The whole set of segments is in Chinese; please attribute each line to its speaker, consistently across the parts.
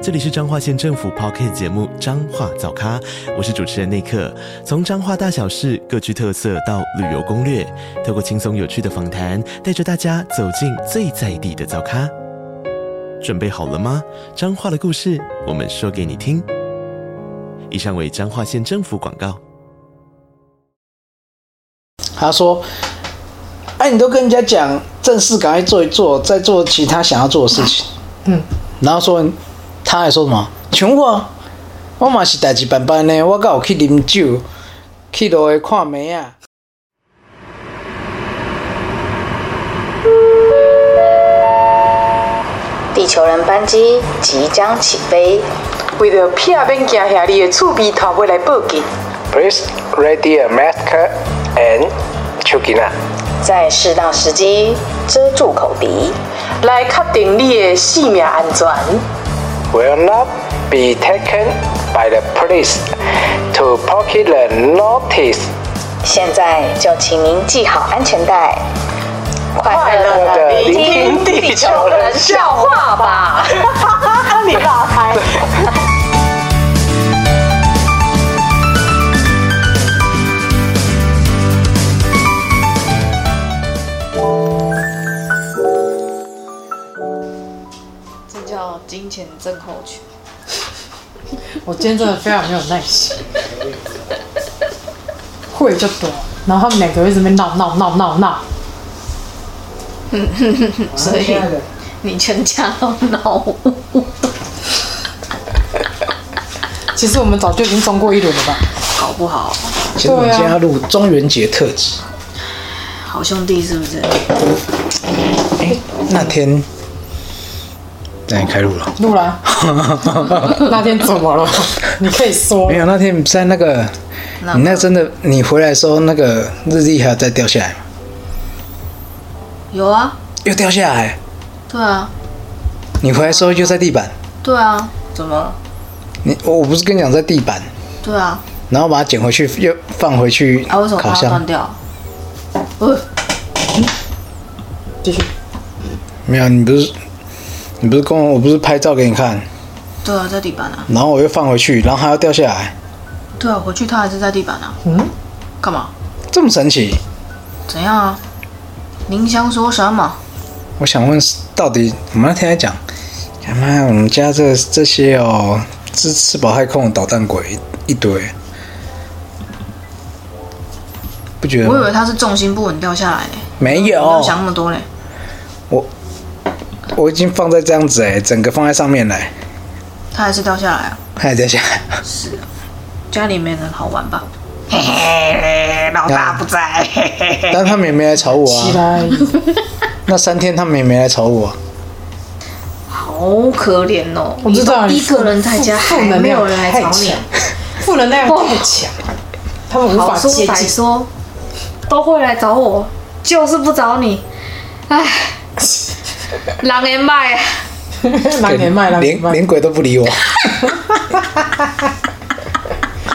Speaker 1: 这里是彰化县政府 p o c k t 节目《彰化早咖》，我是主持人内克。从彰化大小事各具特色到旅游攻略，透过轻松有趣的访谈，带着大家走进最在地的早咖。准备好了吗？彰化的故事，我们说给你听。以上为彰化县政府广告。
Speaker 2: 他说：“哎，你都跟人家讲正事，赶快做一做，再做其他想要做的事情。”嗯，然后说他还说什么？像我，我嘛是代志办办呢，我敢有去啉酒，去路的看梅啊。
Speaker 3: 地球人班机即将起飞，
Speaker 4: 为着避免惊吓你的厝边头尾来报警，
Speaker 5: Please ready a mask and chukina.
Speaker 3: 在适当时机遮住口鼻，
Speaker 4: 来确定你的性命安全。
Speaker 5: Will not be taken by the police to pocket the notice.
Speaker 3: 现在就请您系好安全带，快
Speaker 4: 快
Speaker 3: 乐
Speaker 4: 乐
Speaker 3: 的
Speaker 4: 的
Speaker 3: 聆
Speaker 4: 聆
Speaker 3: 听
Speaker 4: 听
Speaker 3: 地
Speaker 4: 地
Speaker 3: 球
Speaker 4: 球
Speaker 3: 人
Speaker 4: 人
Speaker 3: 笑
Speaker 4: 笑
Speaker 3: 话吧。
Speaker 4: 你打开。
Speaker 6: 这叫金钱症候群。
Speaker 7: 我今天真的非常没有耐心，会就多，然后他们两个一直在那边闹闹闹闹闹，
Speaker 6: 所以你全家都闹我，
Speaker 7: 其实我们早就已经中过一轮了吧？
Speaker 6: 好不好？
Speaker 2: 其实我们今天要录中元节特辑。
Speaker 6: 好兄弟是不是？
Speaker 2: 那天，那你开录了？
Speaker 7: 录 了，那天怎么了？你可以说
Speaker 2: 没，有，那天在那个，你那真的，你回来的时候，那个日历还有再掉下来吗？
Speaker 6: 有啊，
Speaker 2: 又掉下来。
Speaker 6: 对啊，
Speaker 2: 你回来的时候又在地板，
Speaker 6: 对啊，怎么了？
Speaker 2: 你我我不是跟你讲在地板，
Speaker 6: 对啊，
Speaker 2: 然后把它捡回去又放回去
Speaker 6: 啊，为什么
Speaker 2: 烤
Speaker 6: 它要
Speaker 2: 箱，
Speaker 6: 断掉？呃，
Speaker 7: 继续。
Speaker 2: 没有，你不是你不是跟我我不是拍照给你看，
Speaker 6: 对啊，在地板啊，
Speaker 2: 然后我又放回去，然后它又掉下来，
Speaker 6: 对啊，回去它还是在地板啊。
Speaker 7: 嗯，
Speaker 6: 干嘛？
Speaker 2: 这么神奇？
Speaker 6: 怎样啊？您想说什么？
Speaker 2: 我想问，到底我们那天在讲，他妈我们家这这些哦，吃吃饱太空的捣蛋鬼一堆，不觉得
Speaker 6: 我以
Speaker 2: 吗？
Speaker 6: 为它是重心不稳掉下来嘞，
Speaker 2: 没
Speaker 6: 我没有
Speaker 2: 有，
Speaker 6: 想那么多嘞。
Speaker 2: 我已经放在这样子哎，整个放在上面来，
Speaker 6: 它还是掉下来啊。
Speaker 2: 它还掉下来。
Speaker 6: 家里没人好玩吧？
Speaker 2: 但他们也没来吵我
Speaker 7: 起
Speaker 2: 啊。
Speaker 7: 来，
Speaker 2: 那三天他们也没来吵我啊、
Speaker 6: 好可怜哦！
Speaker 7: 我知道
Speaker 6: 你
Speaker 7: 你
Speaker 6: 一个人在家，
Speaker 7: 负
Speaker 6: 还
Speaker 7: 负能
Speaker 6: 没有
Speaker 7: 量
Speaker 6: 人来找
Speaker 7: 太
Speaker 6: 你啊
Speaker 7: 强。，负能量太强，他们无
Speaker 6: 好
Speaker 7: 法
Speaker 6: 说
Speaker 7: 接
Speaker 6: 歹
Speaker 7: 近。
Speaker 6: 说，都会来找我，就是不找你。 唉，人言麦啊，
Speaker 7: 狼年卖，狼年
Speaker 2: 连
Speaker 7: 卖，
Speaker 2: 连鬼都不 理我，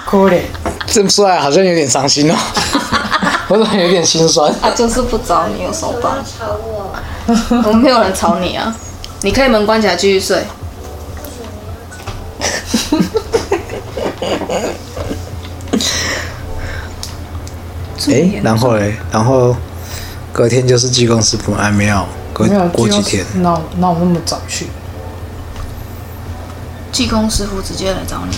Speaker 7: 哭脸，
Speaker 2: 这么说来好像有点伤心哦， 我怎么有点心酸？
Speaker 6: 他啊就是不找你，有什么办法？吵我，我没有人吵你啊！你可以门关起来继续睡。
Speaker 2: 哎、然后嘞，然后隔天就是济公师傅，哎，没有，隔
Speaker 7: 没有
Speaker 2: 过几天，，
Speaker 7: 那那我那么早去，
Speaker 6: 济公师傅直接来找你，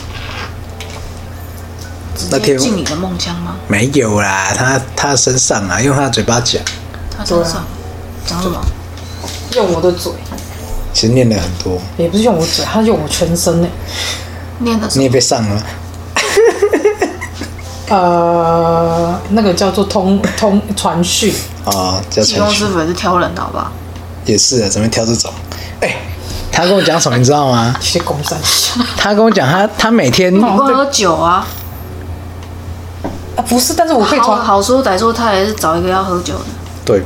Speaker 6: 直
Speaker 2: 那
Speaker 6: 接
Speaker 2: 天
Speaker 6: 进你的梦乡吗？
Speaker 2: 没有啦，他他身上啊，用他的嘴巴讲，
Speaker 6: 他身
Speaker 7: 啊
Speaker 6: 上讲什么？
Speaker 7: 用我的嘴，
Speaker 2: 其实念了很多，
Speaker 7: 也不是用我嘴，他用我全身呢。
Speaker 6: 念的什
Speaker 2: 你
Speaker 6: 么
Speaker 2: 也被上了，
Speaker 7: 呃，那个叫做通通传讯，
Speaker 2: 哦，叫
Speaker 6: 济公
Speaker 2: 陈
Speaker 6: 师
Speaker 2: 旭，
Speaker 6: 傅也是挑人的好不好？
Speaker 2: 也是啊，怎么挑这种？哎、他跟我讲什么，你知道吗？
Speaker 7: 去公山小
Speaker 2: 他跟我讲他他每天
Speaker 6: 你光有酒啊，
Speaker 7: 啊，不是，但是我可以
Speaker 6: 好
Speaker 7: 传，
Speaker 6: 好说歹说，他也是找一个要喝酒的。
Speaker 2: 对，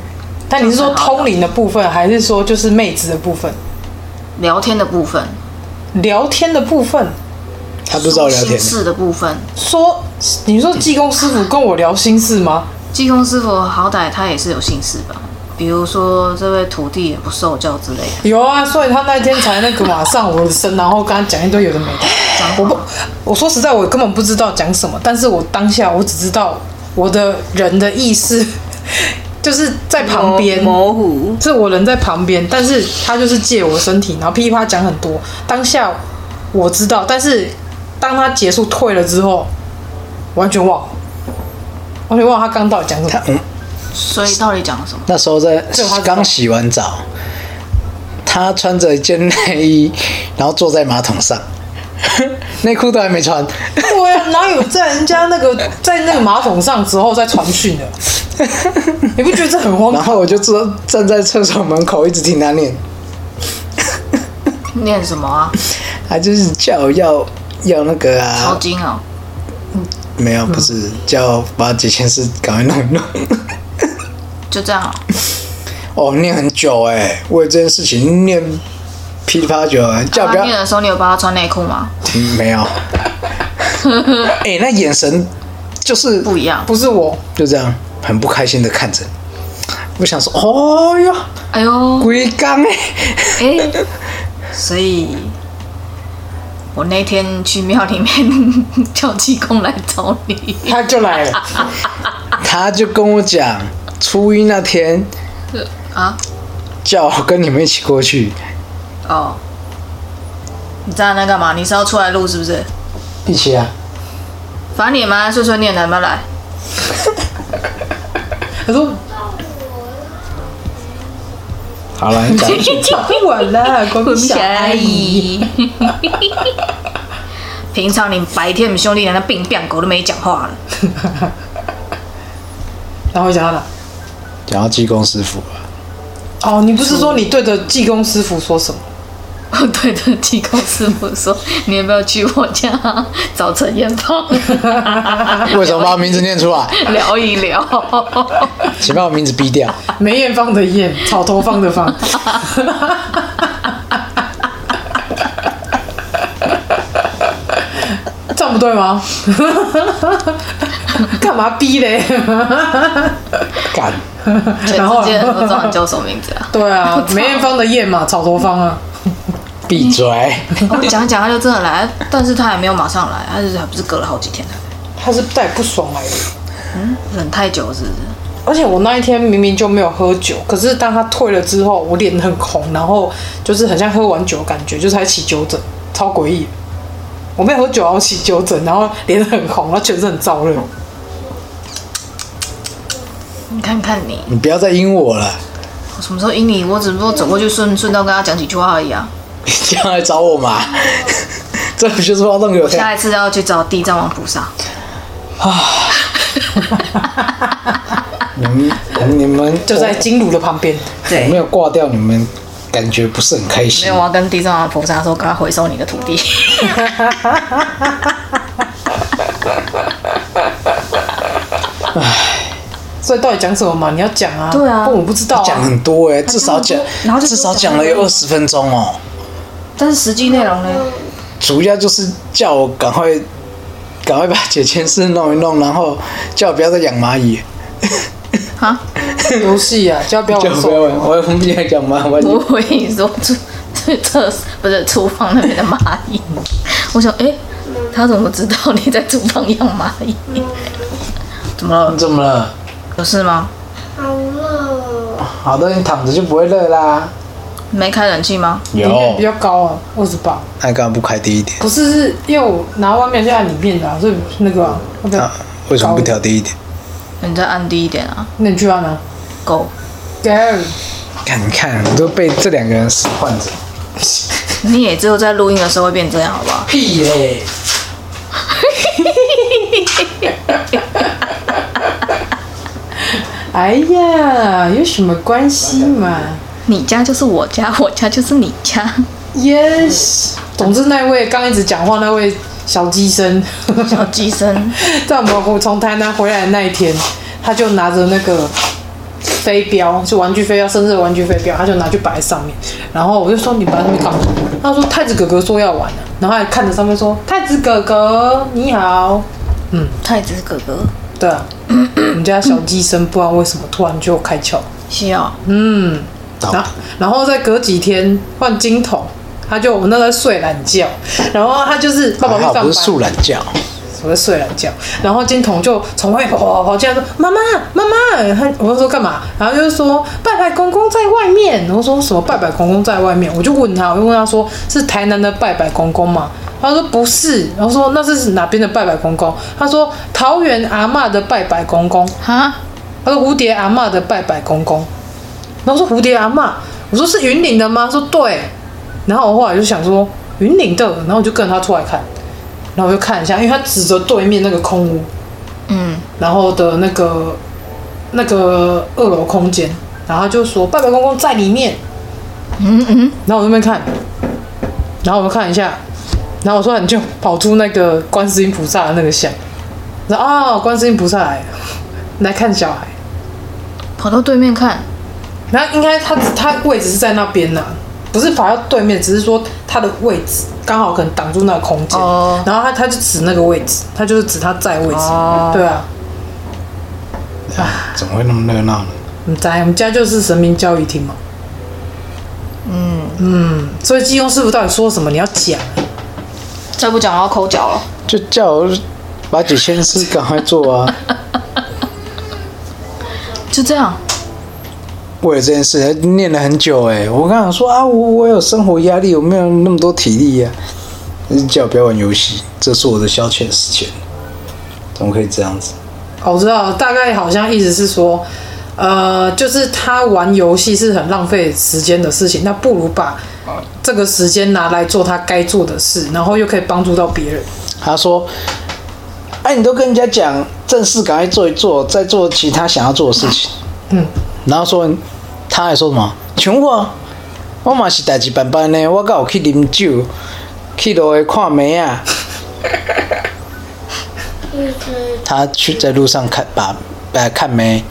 Speaker 7: 但你是说通灵的部分，还是说就是妹子的部分？
Speaker 6: 聊天的部分，
Speaker 7: 聊天的部分，
Speaker 2: 他不知道聊天
Speaker 6: 心，事的部分。
Speaker 7: 说你说济公师傅跟我聊心事吗？
Speaker 6: 济公师傅好歹他也是有心事吧，比如说这位徒弟也不受教之类的。
Speaker 7: 有啊，所以他那天才那个马上我的身，然后跟他讲一堆有的没的。
Speaker 6: 讲
Speaker 7: 我不
Speaker 6: 话，
Speaker 7: 我说实在，我根本不知道讲什么，但是我当下我只知道我的人的意识 就是在旁边
Speaker 8: 模模糊，
Speaker 7: 是我人在旁边，但是他就是借我身体，然后噼里啪啦讲很多。当下我知道，但是当他结束退了之后，完全忘了，完全忘了他刚到底讲什
Speaker 2: 嗯
Speaker 7: 么。
Speaker 6: 所以到底讲了什么？
Speaker 2: 那时候在
Speaker 7: 这我还不懂
Speaker 2: 刚洗完澡，他穿着一件内衣，然后坐在马桶 上，内裤都还没穿，
Speaker 7: 我啊哪有在人家那个在那个马桶上之后再传讯的？你不觉得这很荒
Speaker 2: 然
Speaker 7: 唐？
Speaker 2: 后我就坐站在厕所门口一直听他念，
Speaker 6: 念什么啊？
Speaker 2: 他就是叫我要要那个
Speaker 6: 抄
Speaker 2: 啊，
Speaker 6: 经啊？
Speaker 2: 没有不
Speaker 6: 嗯
Speaker 2: 是叫我把几件事赶快弄一弄。
Speaker 6: 就这样啊？
Speaker 2: 哦，念很久哎、为这件事情念噼里啪啦久了，叫
Speaker 6: 他
Speaker 2: 不要、
Speaker 6: 啊念的时候，你有帮他穿内裤吗？
Speaker 2: 嗯没 有。哎、那眼神就是
Speaker 6: 不一样。
Speaker 7: 不是我，
Speaker 2: 就这样，很不开心的看着。我想说，哦哟，
Speaker 6: 哎呦，
Speaker 2: 鬼刚哎，
Speaker 6: 哎、所以，我那天去庙里面 叫济公来找你，
Speaker 7: 他就来了。
Speaker 2: 他就跟我讲，初一那天
Speaker 6: 啊，
Speaker 2: 叫我跟你们一起过去，
Speaker 6: 哦，你站在那干嘛？你是要出来录是不是？
Speaker 2: 一起啊。
Speaker 6: 反正你也蛮爱碎碎念的，有没有 来？
Speaker 7: 他说
Speaker 2: 好了，你 讲：“
Speaker 7: 滚我了，滚小阿姨。
Speaker 6: 姨。平常你白天你兄弟俩那病病狗都没讲话了，”
Speaker 7: 然后讲到哪？
Speaker 2: 讲到济公师傅了，
Speaker 7: 哦，你不是说你对着济公师傅说什么？
Speaker 6: 我哦对着济公师傅说：“你有没有去我家找陈彦芳
Speaker 2: 为什么把我名字念出 来？
Speaker 6: 聊一聊？”
Speaker 2: 请把我名字逼掉。
Speaker 7: 梅艳芳的艳，草头放的放。这样不对吗？干嘛逼嘞？
Speaker 2: 干，
Speaker 6: 全
Speaker 7: 然后
Speaker 6: 世界人都知道你叫什么名字啊？
Speaker 7: 对啊，梅艳芳的艳嘛，草头方啊。
Speaker 2: 闭嘴！
Speaker 6: 我讲一讲，他就真的来，但是他也没有马上来，他就是还不是隔了好几天才来，
Speaker 7: 他是带不爽来的。
Speaker 6: 忍太久是不是？
Speaker 7: 而且我那一天明明就没有喝酒，可是当他退了之后，我脸很红，然后就是很像喝完酒的感觉，就是还起酒疹，超诡异。我没有喝酒啊，我起酒疹，然后脸很红，然后全身很燥热。
Speaker 6: 你看看你，
Speaker 2: 你不要再阴我了，
Speaker 6: 我什么时候阴你？我只不过走过去顺顺道跟他讲几句话而已啊。
Speaker 2: 你将来找我嘛？ 这不就是挖洞给我跳？
Speaker 6: 下一次要去找地藏王菩萨，
Speaker 2: 你们你们
Speaker 7: 就在金炉的旁边，
Speaker 2: 我没有挂掉，你们感觉不是很开
Speaker 6: 没
Speaker 2: 心
Speaker 6: 有，。我要跟地藏王菩萨说，赶快回收你的土地。
Speaker 7: 所以到底讲什么嘛？你要讲啊，
Speaker 6: 对啊
Speaker 7: 不我不知道、
Speaker 2: 讲
Speaker 7: 啊。
Speaker 2: 很多哎、至少讲
Speaker 6: 然后，就
Speaker 2: 至少讲了有二十分钟哦。
Speaker 6: 但是实际内容呢？
Speaker 2: 主要就是叫我赶快，赶快把解签师弄一弄，然后叫我不要再养蚂蚁，
Speaker 6: 哈，
Speaker 7: 游戏啊，就要不要
Speaker 2: 叫
Speaker 7: 玩
Speaker 2: 我
Speaker 7: 手
Speaker 2: 不要
Speaker 7: 游
Speaker 2: 玩，我要不要养蚂蚁
Speaker 6: 我。我跟你说，这这这不是厨房那边的蚂蚁。我想，哎、他怎么知道你在厨房养蚂蚁？怎么了？
Speaker 2: 怎么了？
Speaker 6: 有事吗？
Speaker 2: 好的，你躺着就不会热啦。
Speaker 6: 没开冷气吗？
Speaker 7: 里面比较高啊，二十八。
Speaker 2: 那干嘛不开低一点
Speaker 7: 不是，是因为我拿外面就按里面的、啊，所以那个、啊，那个、
Speaker 2: 啊？为什么不调低一点？
Speaker 6: 你再按低一点啊，
Speaker 7: 那你去按啊。
Speaker 6: 够。
Speaker 7: 给，
Speaker 2: 看，你看，我都被这两个人使唤着。
Speaker 6: 你也只有在录音的时候会变这样，好不好？
Speaker 2: 屁嘞！
Speaker 7: 哎呀，有什么关系嘛？
Speaker 6: 你家就是我家，我家就是你家。
Speaker 7: Yes，总之那位刚一直讲话那位小鸡生，
Speaker 6: 小哦 鸡生，
Speaker 7: 在我们从台南回来的那一天，他就拿着那个飞镖，就玩具飞镖，生日的玩具飞镖，他就拿去摆在上面。然后我就说你摆在上面干嘛？他说太子哥哥说要玩的、然后还看着上面说太子哥哥你好。
Speaker 6: 太子哥哥，
Speaker 7: 对啊， 我们家小鸡生不知道为什么突然就开窍了。
Speaker 6: 需要
Speaker 7: 嗯，
Speaker 2: 好
Speaker 7: 然后然后再隔几天换金桶，他就我那时候在睡懒觉，然后他就是爸爸
Speaker 2: 还
Speaker 7: 去
Speaker 2: 啊好
Speaker 7: 上班，
Speaker 2: 不是素懒觉，
Speaker 7: 我在睡懒觉，然后金童就从外面跑跑跑进来说：“妈妈，妈妈！”他我就说干嘛？然后就是说拜拜公公在外面。然后说什么拜拜公公在外面？我就问他，我就问他说是台南的拜拜公公吗？他说不是，然后说那是哪边的拜拜公公？他说桃园阿嬷的拜拜公公。
Speaker 6: 哈，
Speaker 7: 他说蝴蝶阿嬷的拜拜公公，然后我说蝴蝶阿嬷，我说是云林的吗？他说对，然后我后来就想说云林的，然后我就跟着他出来看，然后我就看一下，因为他指着对面那个空屋，
Speaker 6: 嗯，
Speaker 7: 然后的那个那个二楼空间，然后他就说拜拜公公在里面，嗯嗯，然后我就那边看，然后我就看一下，然后我突然就跑出那个观世音菩萨的那个像，然后啊、观世音菩萨来了来看小孩。
Speaker 6: 跑到对面看，
Speaker 7: 然后应该他他位置是在那边呐、不是跑到对面，只是说他的位置刚好可能挡住那个空间。
Speaker 6: 哦
Speaker 7: 然后他他就指那个位置，他就是指他在位置。
Speaker 6: 哦
Speaker 7: 对啊，
Speaker 2: 怎么会那么热闹呢？
Speaker 7: 我们在我们家就是神明教育厅嘛。嗯嗯，所以金庸师傅到底说什么？你要讲。
Speaker 9: 再不讲我要抠脚了。
Speaker 2: 就叫我把几千事赶快做啊！
Speaker 6: 就这样，
Speaker 2: 为了这件事念了很久哎、我刚想说啊，我我有生活压力，我没有那么多体力呀、啊，就是叫我不要玩游戏，这是我的消遣时间，怎么可以这样子？
Speaker 7: 哦我知道，大概好像意思是说，呃，就是他玩游戏是很浪费时间的事情，那不如把这个时间拿来做他该做的事，然后又可以帮助到别人。
Speaker 2: 他说：“哎、你都跟人家讲正事，赶快做一做，再做其他想要做的事情。”
Speaker 7: 嗯，
Speaker 2: 然后说他还说什么？穷我，我嘛是代志办办呢，我敢有去啉酒，去路的看梅啊。他去在路上看把呃看梅，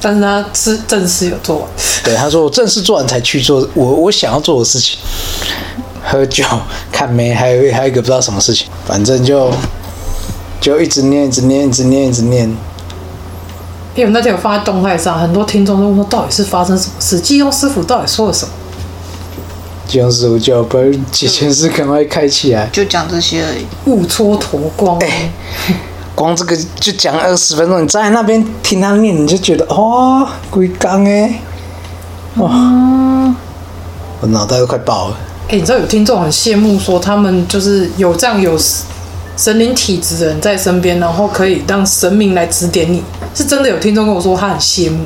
Speaker 7: 但是他是正式有做完，
Speaker 2: 对他说我正事做完才去做我我想要做的事情，喝酒看梅，还有还有一个不知道什么事情，反正就就一直念一直念一直念一直念，
Speaker 7: 因为我们那天有放在动态上，很多听众都问说到底是发生什么事，金庸师傅到底说了什么？
Speaker 2: 金师傅叫把几件事赶快开起来。
Speaker 6: 就讲这些而已。
Speaker 7: 误戳陀光，啊
Speaker 2: 哎光这个就讲二十分钟，你站在那边听他念，你就觉得哦，鬼刚哎，哇、我脑袋都快爆了。
Speaker 7: 哎、你知道有听众很羡慕说，他们就是有这样有神灵体质的人在身边，然后可以让神明来指点你，是真的有听众跟我说他很羡慕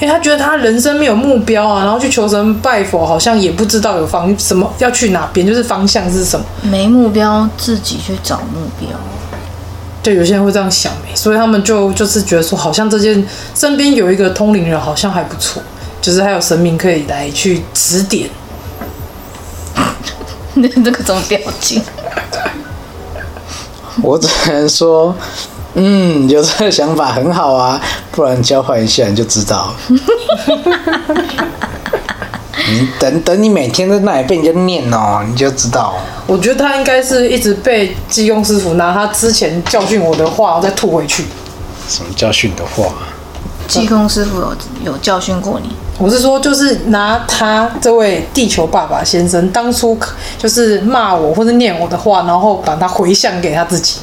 Speaker 7: 因为他觉得他人生没有目标啊，然后去求神拜佛，好像也不知道有方什么要去哪边，就是方向是什么。
Speaker 6: 没目标，自己去找目标。
Speaker 7: 就有些人会这样想、欸，所以他们就就是觉得说，好像这件身边有一个通灵人，好像还不错，就是还有神明可以来去指点。
Speaker 6: 你这个什么表 情？
Speaker 2: 我只能说，嗯，有这个想法很好啊，不然交换一下你就知道了。 你等等，你每天在那里被人家念哦，你就知道。
Speaker 7: 我觉得他应该是一直被济公师傅拿他之前教训我的话再吐回去。
Speaker 2: 什么教训的话？
Speaker 6: 济公师傅有有教训过你，
Speaker 7: 我是说，就是拿他这位地球爸爸先生当初就是骂我或者念我的话，然后把它回向给他自己。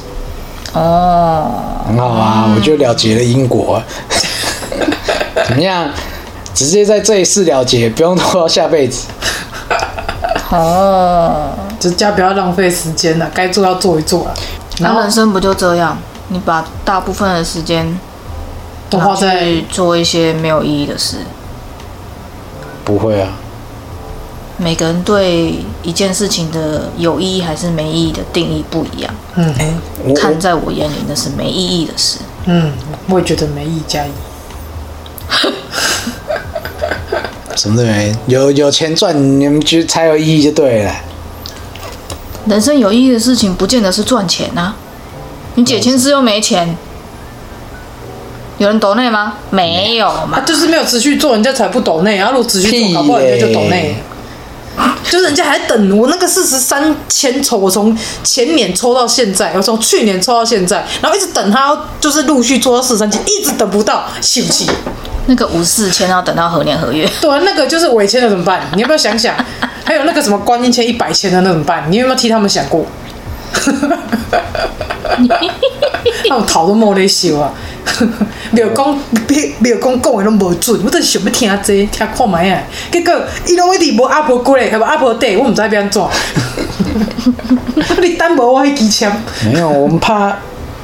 Speaker 2: 很好啊，我就了结了因 果。怎么样？直接在这一世了结，不用拖到下辈子。
Speaker 6: 哦
Speaker 7: 就是家不要浪费时间了、啊该做要做一做了、然
Speaker 6: 那
Speaker 7: 后
Speaker 6: 人生不就这样？你把大部分的时间
Speaker 7: 都
Speaker 6: 拿
Speaker 7: 花在
Speaker 6: 去做一些没有意义的事。
Speaker 2: 不会啊，
Speaker 6: 每个人对一件事情的有意义还是没意义的定义不一样。
Speaker 7: 嗯嗯。
Speaker 2: 我
Speaker 6: 看在我眼里，那是没意义的事。
Speaker 7: 嗯，我也觉得没意加一。
Speaker 2: 什么都没有，有钱赚，你们觉得才有意义就对了。
Speaker 6: 人生有意义的事情，不见得是赚钱啊。你解签师又没钱，有人抖内吗？没有嘛
Speaker 7: 啊，。就是没有持续做，人家才不抖内。然后啊如果持续
Speaker 2: 屁
Speaker 7: 做，搞不好人家就
Speaker 2: 嘞
Speaker 7: 抖内。就是人家还等我那个四十三千抽，我从前年抽到现在，我从去年抽到现在，然后一直等他，就是陆续做到四十三千，一直等不到，气不气？
Speaker 6: 那个五四千要等到何年何月？
Speaker 7: 对啊，那个就是违签的怎么办？你要不要想想？还有那个什么观音签一百签的那怎么办？你有没有替他们想过？那我头都冒咧笑啊！庙公庙公讲的拢无准，我都是想要听这个听看卖啊。结果伊拢一直无阿婆过来，还无阿婆底，我毋知要安怎麼辦。你等无我迄支签，
Speaker 2: 没有，我们怕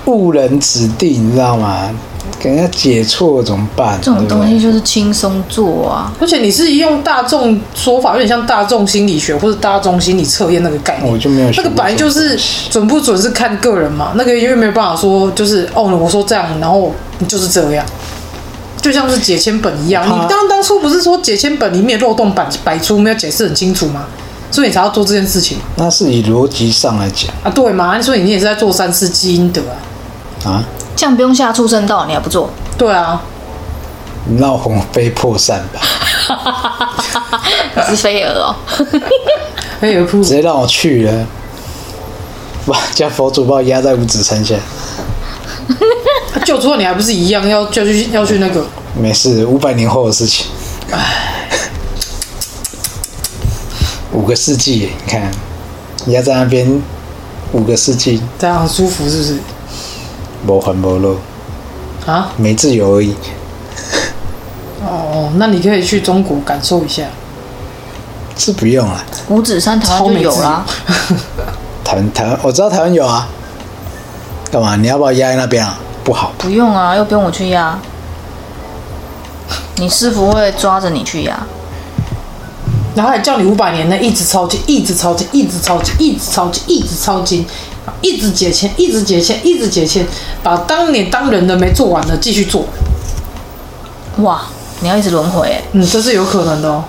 Speaker 2: 误人子弟，你知道吗？给人家解错怎么办？
Speaker 6: 这种
Speaker 2: 对不
Speaker 6: 东
Speaker 2: 对
Speaker 6: 西就是轻松做啊。
Speaker 7: 而且你是用大众说法，有点像大众心理学或者大众心理测验那个概念。
Speaker 2: 哦我就没有学
Speaker 7: 那
Speaker 2: 过
Speaker 7: 个本来就是准不准是看个人嘛，那个因为没有办法说就是哦，我说这样，然后你就是这样，就像是解签本一样。
Speaker 2: 他
Speaker 7: 你当当初不是说解签本里面漏洞百百出，没有解释很清楚吗？所以你才要做这件事情
Speaker 2: 那是以逻辑上来讲
Speaker 7: 啊，对嘛？所以你也是在做三次基因的啊，
Speaker 2: 啊，
Speaker 6: 这样不用下畜生道，你还不做？
Speaker 7: 对啊，
Speaker 2: 闹红飞破散吧，
Speaker 6: 你是飞蛾哦，
Speaker 7: 还哎有
Speaker 2: 直接让我去了， 把将佛祖把我压在五指山下。
Speaker 7: 他救出来啊你还不是一样要就去要去那个？
Speaker 2: 没事，五百年后的事情。五个世纪，你看，你要在那边五个世纪，
Speaker 7: 这样很舒服是不是？
Speaker 2: 无还无路，
Speaker 7: 啊？
Speaker 2: 没自由而已。
Speaker 7: 哦，那你可以去中国感受一下。
Speaker 2: 是不用啊，
Speaker 6: 五指山台湾就有啦。
Speaker 2: 台湾台湾我知道台湾有啊。干嘛？你要把我压在那边啊？不好，
Speaker 6: 不用啊，又不用我去压。你师傅会抓着你去压，
Speaker 7: 然后还叫你五百年内一直抄经，一直抄经，一直抄经，一直抄经，一直抄经，一直解签，一直解签，一直解签，把当年当人的没做完的继续做。
Speaker 6: 哇！你要一直轮回欸，
Speaker 7: 嗯，这是有可能的哦。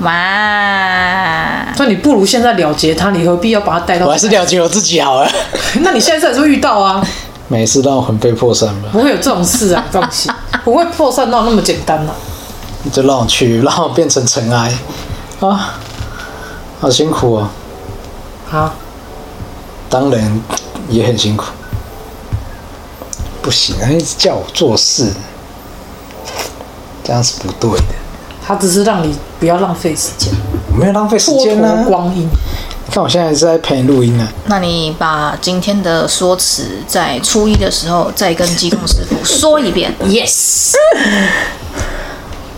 Speaker 6: 哇！
Speaker 7: 所以你不如现在了结他，你何必要把他带到？
Speaker 2: 我还是了解我自己好了。
Speaker 7: 那你现在是会遇到啊，
Speaker 2: 没事，让我魂飞魄散吧，
Speaker 7: 不会有这种事啊， 放心，不会破散到那么简单啊。
Speaker 2: 你就让我去，让我变成尘埃啊！好辛苦哦，
Speaker 7: 啊，
Speaker 2: 当然也很辛苦。不行啊，一直叫我做事，这样是不对的。
Speaker 7: 他只是让你不要浪费时间，
Speaker 2: 我没有浪费时
Speaker 7: 蹉
Speaker 2: 间呢、
Speaker 7: 跎光阴。
Speaker 2: 看我现在是在陪你录音啊呢、
Speaker 6: 那你把今天的说辞在初一的时候再跟鸡公师傅说一遍。yes，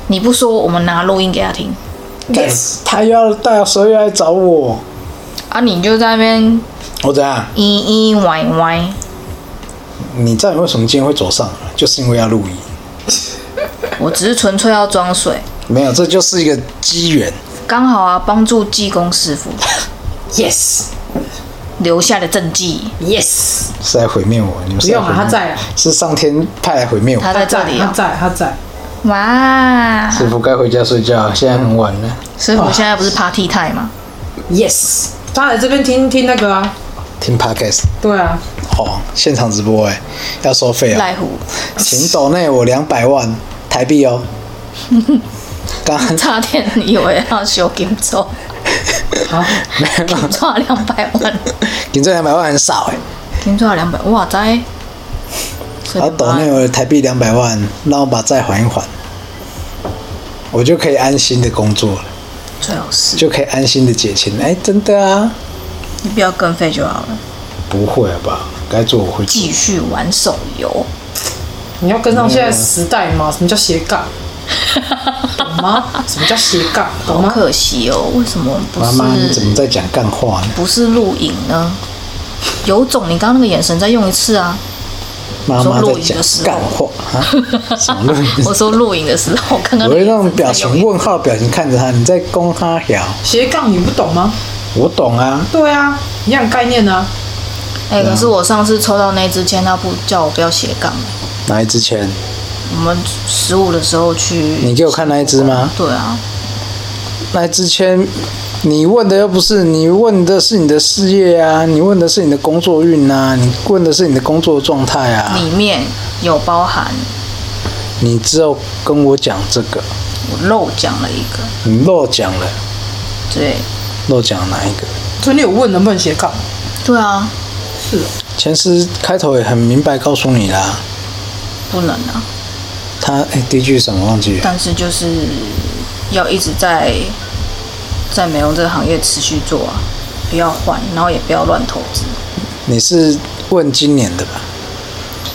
Speaker 6: 你不说，我们拿录音给他听
Speaker 2: 啊。他又要到时候又来找我，
Speaker 6: 啊！你就在那边
Speaker 2: 我怎样？
Speaker 6: 咿咿歪歪，
Speaker 2: 你知道你为什么今天会走上来吗？就是因为要录音。
Speaker 6: 我只是纯粹要装水，
Speaker 2: 没有，这就是一个机缘。
Speaker 6: 刚好啊，帮助济公师傅
Speaker 7: Yes,
Speaker 6: 留下的政绩。
Speaker 7: yes。
Speaker 2: 是来毁灭我，你们是
Speaker 7: 不用
Speaker 2: 来毁
Speaker 7: 啊
Speaker 2: 灭
Speaker 7: 他在啊
Speaker 2: 是上天派来毁灭我。
Speaker 6: 他在这里
Speaker 2: 哦
Speaker 7: 他
Speaker 6: 啊、
Speaker 7: 在，他在。
Speaker 6: 哇！
Speaker 2: 师傅该回家睡觉，现在很晚了，
Speaker 6: 师傅现在不是 party time 吗？
Speaker 7: Yes，他来这边听听那个啊，
Speaker 2: 听 podcast
Speaker 7: 对啊，
Speaker 2: 哦，现场直播哎、要收费啊、
Speaker 6: 赖虎，
Speaker 2: 请抖内我两百万台币 哦。刚刚
Speaker 6: 差点以为要修金 咒，金咒两百万，
Speaker 2: 你这两百万很少哎、
Speaker 6: 金咒两百，哇塞！所以
Speaker 2: 然
Speaker 7: 啊
Speaker 2: 后
Speaker 6: 怎么
Speaker 2: 抖
Speaker 6: 办
Speaker 2: 内我的台币两百万，让我把债还一还，我就可以安心的工作了，
Speaker 6: 最好是
Speaker 2: 就可以安心的解签。哎、真的啊，
Speaker 6: 你不要跟费就好了，
Speaker 2: 不会吧？该做我会做
Speaker 6: 继续玩手游。
Speaker 7: 你要跟上现在时代
Speaker 6: 嗯
Speaker 7: 嘛？什么叫斜杠？ 懂吗？什么叫斜杠？懂
Speaker 6: 好
Speaker 7: 吗？
Speaker 6: 可惜哦，为什么我们不
Speaker 2: 妈妈，你怎么
Speaker 6: 是
Speaker 2: 在讲干话呢？
Speaker 6: 不是录影呢？有种，你刚刚那个眼神再用一 次啊！
Speaker 2: 妈妈在
Speaker 6: 说录影
Speaker 2: 讲
Speaker 6: 的时候
Speaker 2: 干话 啊？什么录影？
Speaker 6: 我说录影的时候，刚刚
Speaker 2: 我会
Speaker 6: 那个眼
Speaker 2: 让
Speaker 6: 神再用一次
Speaker 2: 表情问号表情看着他，你在攻他小，
Speaker 7: 斜杠你不懂吗？
Speaker 2: 我懂啊，
Speaker 7: 对啊，一样概念啊。
Speaker 6: 哎、可是我上次抽到那支签，他不叫我不要斜杠。
Speaker 2: 哪一支钱？
Speaker 6: 我们十五的时候去，
Speaker 2: 你给我看那一只吗？
Speaker 6: 对啊，
Speaker 2: 那一支签，你问的又不是，你问的是你的事业啊，你问的是你的工作运啊，你问的是你的工作状态啊。
Speaker 6: 里面有包含
Speaker 2: 你之后跟我讲这个，
Speaker 6: 我漏讲了一个，
Speaker 2: 你漏讲了，
Speaker 6: 对，
Speaker 2: 漏讲了哪一个？
Speaker 7: 所以你有问能不能斜杠？
Speaker 6: 对啊，
Speaker 7: 是哦，
Speaker 2: 前司开头也很明白告诉你啦，
Speaker 6: 不能啊，
Speaker 2: 他哎第一句是什么忘记了？
Speaker 6: 但是就是要一直在在美容这个行业持续做啊，不要换，然后也不要乱投资。嗯
Speaker 2: 你是问今年的吧？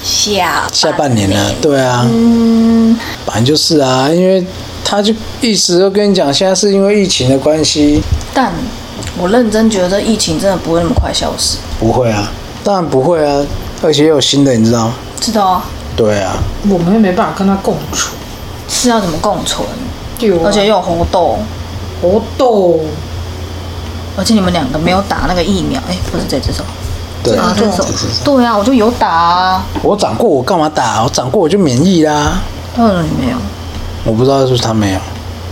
Speaker 6: 下
Speaker 2: 下半年呢？对啊，嗯，本来就是啊，因为他就一直都跟你讲，现在是因为疫情的关系，
Speaker 6: 但我认真觉得疫情真的不会那么快消失。
Speaker 2: 不会啊，当然不会啊，而且又有新的，你知道吗？
Speaker 6: 知道啊，
Speaker 2: 对啊，
Speaker 7: 我们又没办法跟他共处，
Speaker 6: 是要怎么共存，
Speaker 7: 对啊
Speaker 6: 而且又有红豆，
Speaker 7: 活动
Speaker 6: 而且你们两个没有打那个疫苗，哎、不是这只手，
Speaker 2: 对啊
Speaker 6: 啊，这只手，对啊，我就有打啊，
Speaker 2: 我长过，我干嘛打？我长过我就免疫啦。
Speaker 6: 嗯，你没有，
Speaker 2: 我不知道是不是他没有，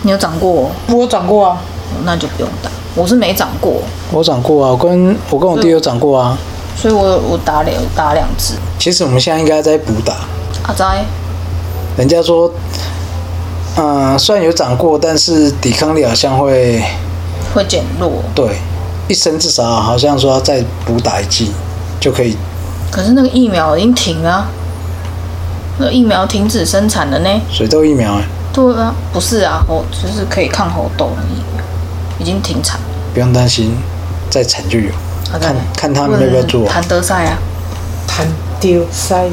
Speaker 6: 你有长过，
Speaker 7: 我有长过啊，
Speaker 6: 那就不用打，我是没长过，
Speaker 2: 我长过啊，我跟我跟我弟有长过啊。
Speaker 6: 所以我我打两打两只，
Speaker 2: 其实我们现在应该在补打，
Speaker 6: 阿仔，
Speaker 2: 人家说，嗯、虽然有长过，但是抵抗力好像会
Speaker 6: 会减弱，
Speaker 2: 对，一生至少好像说要再补打一剂就可以。
Speaker 6: 可是那个疫苗已经停了啊，那个疫苗停止生产了呢。
Speaker 2: 水痘疫苗、欸、
Speaker 6: 对啊，不是啊，我就是可以抗猴痘的疫苗，已经停产了。
Speaker 2: 不用担心，再产就有。
Speaker 6: 好的
Speaker 2: 看看他们要不要做
Speaker 6: 问谭德赛啊，
Speaker 7: 弹丢塞，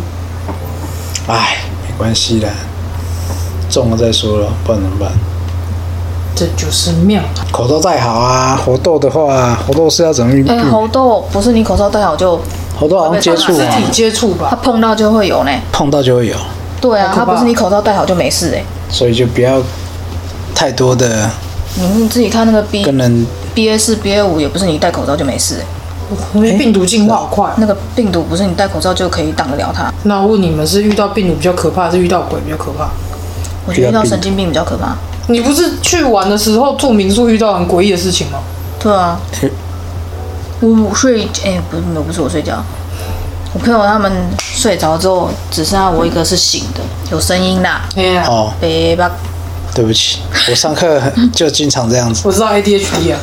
Speaker 2: 哎，没关系啦，中了再说了，不然怎么办？
Speaker 7: 这就是妙。
Speaker 2: 口罩戴好啊，活动的话，活动是要怎么预
Speaker 6: 哎、
Speaker 2: 避
Speaker 6: 猴痘不是你口罩戴好就
Speaker 2: 呃活动好像接触
Speaker 7: 肢
Speaker 2: 啊，
Speaker 7: 体接触
Speaker 6: 它
Speaker 7: 吧，
Speaker 6: 碰到就会有呢。
Speaker 2: 碰到就会有，
Speaker 6: 对啊，
Speaker 7: 好可
Speaker 6: 它
Speaker 7: 怕
Speaker 6: 不是你口罩戴好就没事哎、
Speaker 2: 所以就不要太多的
Speaker 6: 你们自己看那个 B
Speaker 2: 跟人
Speaker 6: B A 四 B A 五也不是你戴口罩就没事哎、
Speaker 7: 因为病毒进化好快。
Speaker 6: 那个病毒不是你戴口罩就可以挡得了它。
Speaker 7: 那我问你们，是遇到病毒比较可怕，还是遇到鬼比较可怕？
Speaker 6: 我觉得遇到神经病比较可怕。
Speaker 7: 你不是去玩的时候住民宿遇到很诡异的事情吗？
Speaker 6: 对啊，我我睡哎、不是没有不是我睡觉，我朋友他们睡着之后只剩下我一个是醒的，有声音啦，
Speaker 7: 哎呀，
Speaker 2: 哦，
Speaker 6: 别吧。
Speaker 2: 对不起，我上课就经常这样 子，
Speaker 7: 我知道 ADHD 啊，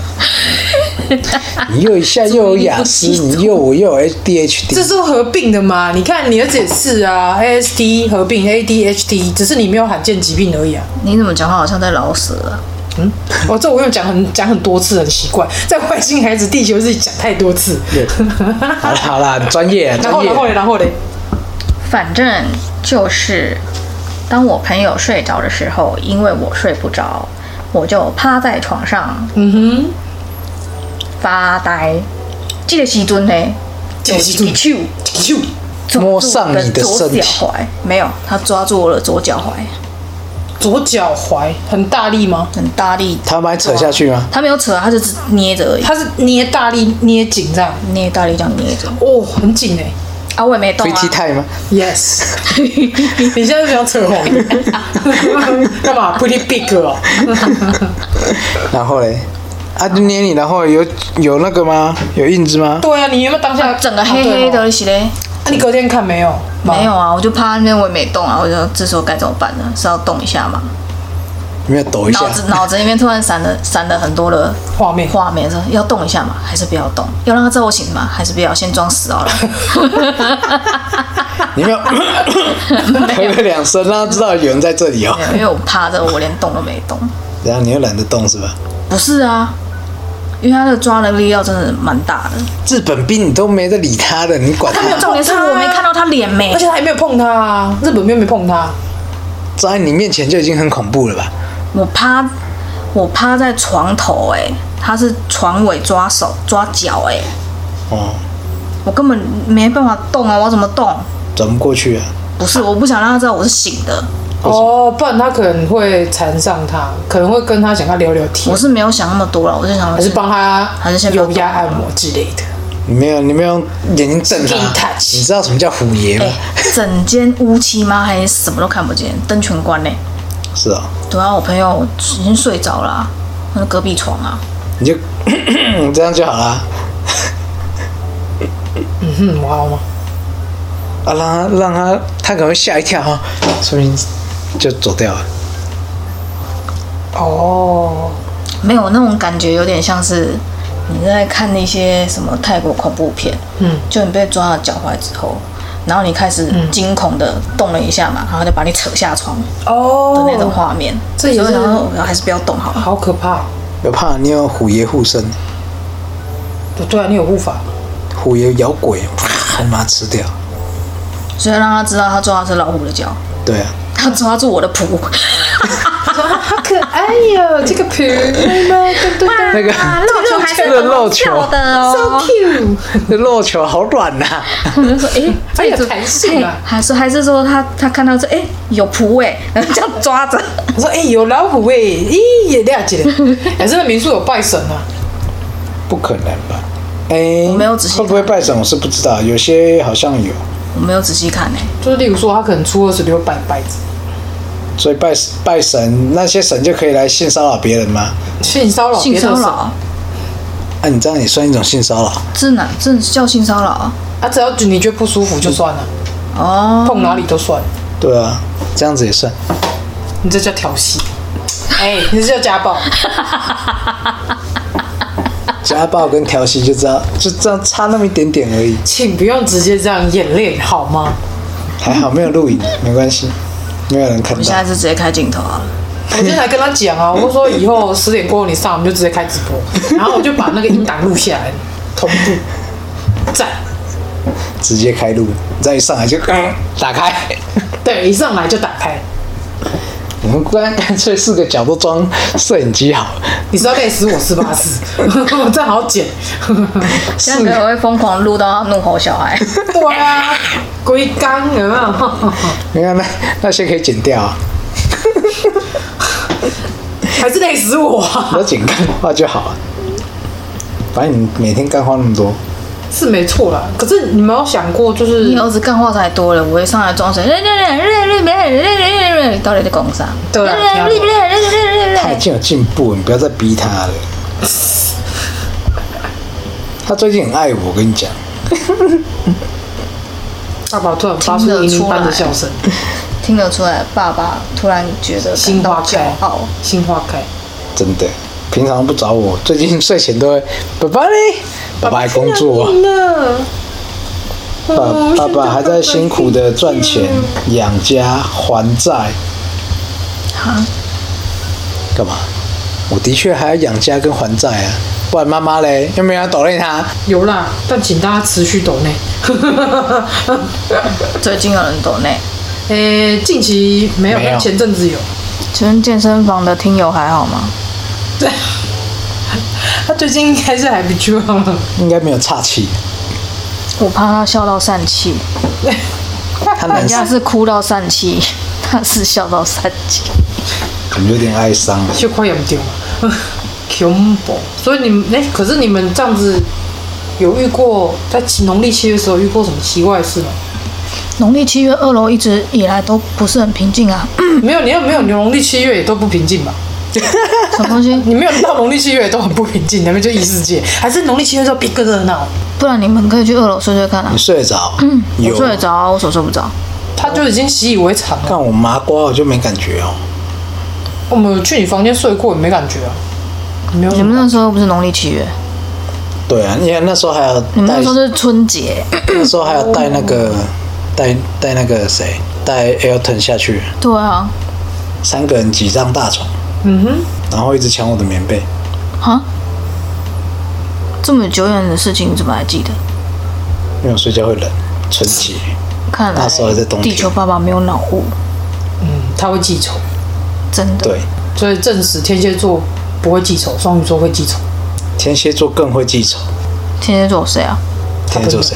Speaker 2: 你又一下又有雅思， 你又我又有
Speaker 7: 这
Speaker 2: ADHD，
Speaker 7: 是合并的嘛？你看你儿子也是啊，ASD 合并 ADHD，只是你没有罕见疾病而 已啊。
Speaker 6: 你怎么讲话好像在老舍啊？
Speaker 7: 哦，这我又讲很讲很多次，很奇怪，在外星孩子地球自己讲太多次。
Speaker 2: 好啦好啦，专业啊
Speaker 7: 然后
Speaker 2: 专
Speaker 7: 然后
Speaker 2: 业，
Speaker 7: 嘞，然后嘞，
Speaker 6: 反正就是，当我朋友睡着的时候，因为我睡不着，我就趴在床上，嗯哼，发呆。这个时阵呢，
Speaker 7: 这个时阵
Speaker 6: 有一只手
Speaker 7: 咻，
Speaker 6: 抓住
Speaker 2: 摸上你的
Speaker 6: 我
Speaker 2: 身体
Speaker 6: 左脚踝，没有，他抓住我的左脚踝，
Speaker 7: 左脚踝很大力吗？
Speaker 6: 很大力，
Speaker 2: 他把你扯下去吗？
Speaker 6: 他没有扯啊，他就只捏着而已，
Speaker 7: 他是捏大力捏紧这样，
Speaker 6: 捏大力这样捏着，
Speaker 7: 哦，很紧哎、
Speaker 6: 啊，我也没动
Speaker 2: 飞
Speaker 6: 啊
Speaker 2: 机，太吗？
Speaker 7: Yes，你现在是想扯红？干嘛？Pretty big 哦，
Speaker 2: 然后嘞，啊就捏你，然后有有那个吗？有印子吗？
Speaker 7: 对啊，你有没有当下
Speaker 6: 整个黑黑的？是嘞，
Speaker 7: 啊，你隔天看没有？
Speaker 2: 哦
Speaker 6: 没有。啊，我就趴在那边，我也没动啊，我就这时候该怎么办呢？是要动一下吗？
Speaker 2: 有没有抖一下
Speaker 6: 脑？子脑子里面突然闪了闪了很多的
Speaker 7: 画面
Speaker 6: 画面说要动一下嘛，还是不要动？要让他知道我醒吗？还是不要？先装死 好了。
Speaker 2: 你有没有 咳个两声，让他知道有人在这里哦
Speaker 6: 没。有因为我趴着，我连动都没动。
Speaker 2: 然后你又懒得动是吧？
Speaker 6: 不是啊，因为他的抓的力道真的蛮大的。
Speaker 2: 日本兵你都没得理他的，你管他？
Speaker 6: 重点是我没看到他脸没
Speaker 7: 而，且他也没有碰他啊，日本没有没碰他，
Speaker 2: 站在你面前就已经很恐怖了吧？
Speaker 6: 我趴我趴在床头哎、他是床尾抓手抓脚哎、
Speaker 2: 哦，
Speaker 6: 我根本没办法动啊，我怎么动？
Speaker 2: 转不过去啊。
Speaker 6: 不是，我不想让他知道我是醒的，
Speaker 7: 哦，不然他可能会缠上他，可能会跟他想要聊聊天
Speaker 6: 我，是没有想那么多了，我就想
Speaker 7: 还是帮他
Speaker 6: 还是先不要
Speaker 7: 油压按摩之类的。
Speaker 2: 你没有，你没有用眼睛瞪
Speaker 7: 硬
Speaker 2: 他
Speaker 7: touch，
Speaker 2: 你知道什么叫虎爷吗？
Speaker 6: 哎、整间乌漆嘛黑，什么都看不见，灯全关嘞、欸
Speaker 2: 是啊、
Speaker 6: 对啊，我朋友已经睡着了啊、他那隔壁床啊，
Speaker 2: 你就 这样就好啦。
Speaker 7: 嗯，我好吗？
Speaker 2: 啊，让他让他，他可能会吓一跳哈、说明就走掉了。
Speaker 7: 哦，
Speaker 6: 没有那种感觉，有点像是你在看那些什么泰国恐怖片，
Speaker 7: 嗯，
Speaker 6: 就你被抓到脚踝之后，然后你开始惊恐的动了一下嘛，然后就把你扯下床的
Speaker 7: 哦
Speaker 6: 那种画面，
Speaker 7: 这也
Speaker 6: 所以
Speaker 7: 是
Speaker 6: 我想说我还是不要动好了。
Speaker 7: 好可怕！
Speaker 2: 有怕你有虎爷护身，
Speaker 7: 不对啊，你有 护法，
Speaker 2: 虎爷咬鬼，还把它吃掉。
Speaker 6: 所以让他知道他抓的是老虎的脚，
Speaker 2: 对 啊，
Speaker 6: 他抓住我的蹼，
Speaker 7: 好可爱哟！ 这个 皮，对对对，
Speaker 2: 那个
Speaker 6: 啊，肉球还是
Speaker 2: 这个肉
Speaker 6: 跳
Speaker 2: 球，
Speaker 6: 的哦。
Speaker 7: cute，
Speaker 2: 这肉球好软呐、
Speaker 6: 我就说，哎、
Speaker 7: 它
Speaker 6: 这
Speaker 7: 有
Speaker 6: 个
Speaker 7: 弹性啊
Speaker 6: 哎还是还是说他他看到这，哎、有蹼哎、 然后这样抓着。
Speaker 7: 我说哎、有老虎哎、咦也 亮起来，哎、这个民宿有拜神啊，
Speaker 2: 不可能吧？哎、
Speaker 6: 我没有仔细
Speaker 2: 会不会拜神，我是不知道，有些好像有，
Speaker 6: 我没有仔细看哎、
Speaker 7: 就是例如说他可能初二十六拜拜子，
Speaker 2: 所以拜拜神那些神就可以来性骚扰别人吗？
Speaker 7: 性骚扰
Speaker 6: 性
Speaker 7: 别的
Speaker 6: 骚
Speaker 7: 神
Speaker 6: 扰，
Speaker 2: 啊，你这样也算一种性骚扰？
Speaker 6: 这哪这叫性骚扰啊？
Speaker 7: 啊，只要你觉得不舒服就算了，
Speaker 6: 哦，
Speaker 7: 碰哪里都算，
Speaker 2: 对啊，这样子也算。
Speaker 7: 你这叫调戏，哎、你这叫家暴，
Speaker 2: 家暴跟调戏就知道，就这样差那么一点点而已，
Speaker 7: 请不用直接这样演练好吗？
Speaker 2: 还好没有录影，没关系，没有人看
Speaker 6: 我
Speaker 2: 到
Speaker 6: 现。在是直接开镜头啊，
Speaker 7: 我今天才跟他讲 啊，我说以后十点过后你上，我们就直接开直播，然后我就把那个音档录下来，同步，赞。
Speaker 2: 直接开录，再一上来就、嗯、打开。
Speaker 7: 对，一上来就打开。
Speaker 2: 我们干干脆四个角都装摄影机好了，
Speaker 7: 你是要累死我是吧？是， 我这 好剪。
Speaker 6: 现在可能会疯狂录到他怒吼小孩。
Speaker 7: 对啊，龟缸啊有没有？
Speaker 2: 你看那那些可以剪掉啊，
Speaker 7: 还是累死我、啊？
Speaker 2: 我剪干话就好了。反正你每天干话那么多，
Speaker 7: 是没错啦。可是你没有想过，就是
Speaker 6: 你儿子干话才多了，我一上来装神，到底在讲啥？
Speaker 7: 对啊
Speaker 2: 他已经有进步了，你不要再逼他了。他最近很爱我，我跟你讲，
Speaker 7: 爸爸突然发出银铃般的笑声，
Speaker 6: 听得出来，爸爸突然觉得
Speaker 7: 心
Speaker 6: 感
Speaker 7: 花
Speaker 6: 到
Speaker 7: 开
Speaker 6: 骄傲。，
Speaker 7: 心花开。
Speaker 2: 真的，平常不找我，最近睡前都会爸爸嘞，爸爸还工作，爸
Speaker 6: 嗯
Speaker 2: 爸爸还在辛苦的赚钱养家还债。
Speaker 6: 啊，
Speaker 2: 干嘛？我的确还要养家跟还债啊，不然妈妈嘞又没有要抖累她。
Speaker 7: 有啦，但请大家持续抖内。
Speaker 6: 最近有人抖内，
Speaker 7: 诶、近期没有，
Speaker 2: 没有
Speaker 7: 但前阵子有。
Speaker 6: 请问健身房的听友还好吗？
Speaker 7: 对，他最近应该是还不错。
Speaker 2: 应该没有岔气，
Speaker 6: 我怕他笑到散气，
Speaker 2: 她男
Speaker 6: 人 家
Speaker 2: 生
Speaker 6: 是哭到散气，他是笑到散气。
Speaker 2: 可能有点哀伤啊。
Speaker 7: 就快用掉了， 恐怖。所以你们哎、可是你们这样子有遇过在农历七月的时候遇过什么奇怪的 事吗？
Speaker 6: 农历七月二楼一直以来都不是很平静啊，
Speaker 7: 没有，你有没有农历七月也都不平静吧？
Speaker 6: 什么东西？
Speaker 7: 你没有到农历七月也都很不平静，那边就异世界，还是农历七月的时候比更热闹？
Speaker 6: 不然你们可以去二楼睡睡看啊
Speaker 2: 你。睡得着？
Speaker 6: 嗯，
Speaker 2: 有
Speaker 6: 我。睡得着啊，我手睡不着。
Speaker 7: 他就已经习以为常了。
Speaker 2: 看我麻瓜，我就没感觉哦。
Speaker 7: 我们有去你房间睡过也没感觉啊，没有
Speaker 2: 嗯
Speaker 6: 你
Speaker 7: 什
Speaker 6: 们
Speaker 7: 么。
Speaker 6: 那时候不是农历七月，
Speaker 2: 对啊，因为那时候还有
Speaker 6: 你们
Speaker 2: 带
Speaker 6: 那时，候是春节，
Speaker 2: 那时候还有带那个带带那个谁，带 Elton 下去，
Speaker 6: 对啊，
Speaker 2: 三个人挤张大床，
Speaker 7: 嗯哼，
Speaker 2: 然后一直抢我的棉被。
Speaker 6: 哈，这么久远的事情你怎么还记得？
Speaker 2: 因为我睡觉会冷，春节
Speaker 6: 看来
Speaker 2: 那时候还在冬天
Speaker 6: 地球爸爸没有脑雾，
Speaker 7: 嗯，他会记仇，
Speaker 6: 真的。
Speaker 2: 对，
Speaker 7: 所以证实天蝎座不会记仇，双鱼座会记仇。
Speaker 2: 天蝎座更会记仇。
Speaker 6: 天蝎座谁啊？
Speaker 2: 天蝎座谁？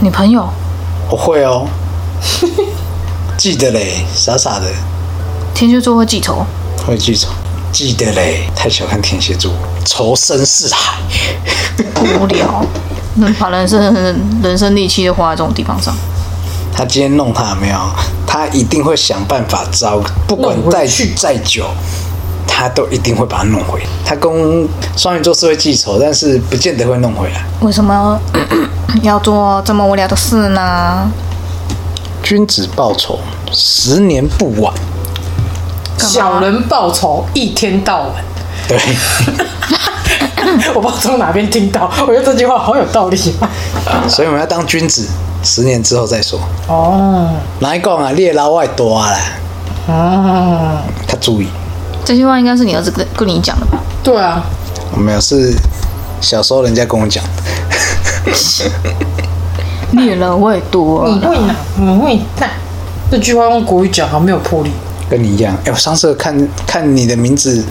Speaker 6: 你朋友？
Speaker 2: 我会哦，记得嘞，傻傻的
Speaker 6: 天蝎座会记仇？
Speaker 2: 会记仇，记得嘞，太小看天蝎座，仇深似海。
Speaker 6: 无聊， 能把人生人生力气都花在这种地方上。
Speaker 2: 他今天弄他有没有？他一定会想办法招，不管
Speaker 7: 弄回
Speaker 2: 再
Speaker 7: 去
Speaker 2: 再久，他都一定会把他弄回来。他跟双鱼座是会记仇，但是不见得会弄回来。
Speaker 6: 为什么要 做这么无聊的事呢？
Speaker 2: 君子报仇，十年不晚。
Speaker 7: 小人报仇一天到晚。
Speaker 2: 对，
Speaker 7: 我不知道从哪边听到，我觉得这句话好有道理啊。
Speaker 2: 所以我们要当君子，十年之后再说。
Speaker 7: 哦，
Speaker 2: 来讲啊，你的老外多啦，
Speaker 7: 啊，
Speaker 2: 他注意，
Speaker 6: 这句话应该是你儿子跟跟你讲的吧？
Speaker 7: 对啊，
Speaker 2: 我没有是小时候人家跟我讲的，
Speaker 6: 你人会
Speaker 2: 啊
Speaker 6: 多
Speaker 7: 你会哪？你会哪？这句话用国语讲好没有魄力。
Speaker 2: 跟你一样。哎、我上次看看你的名字，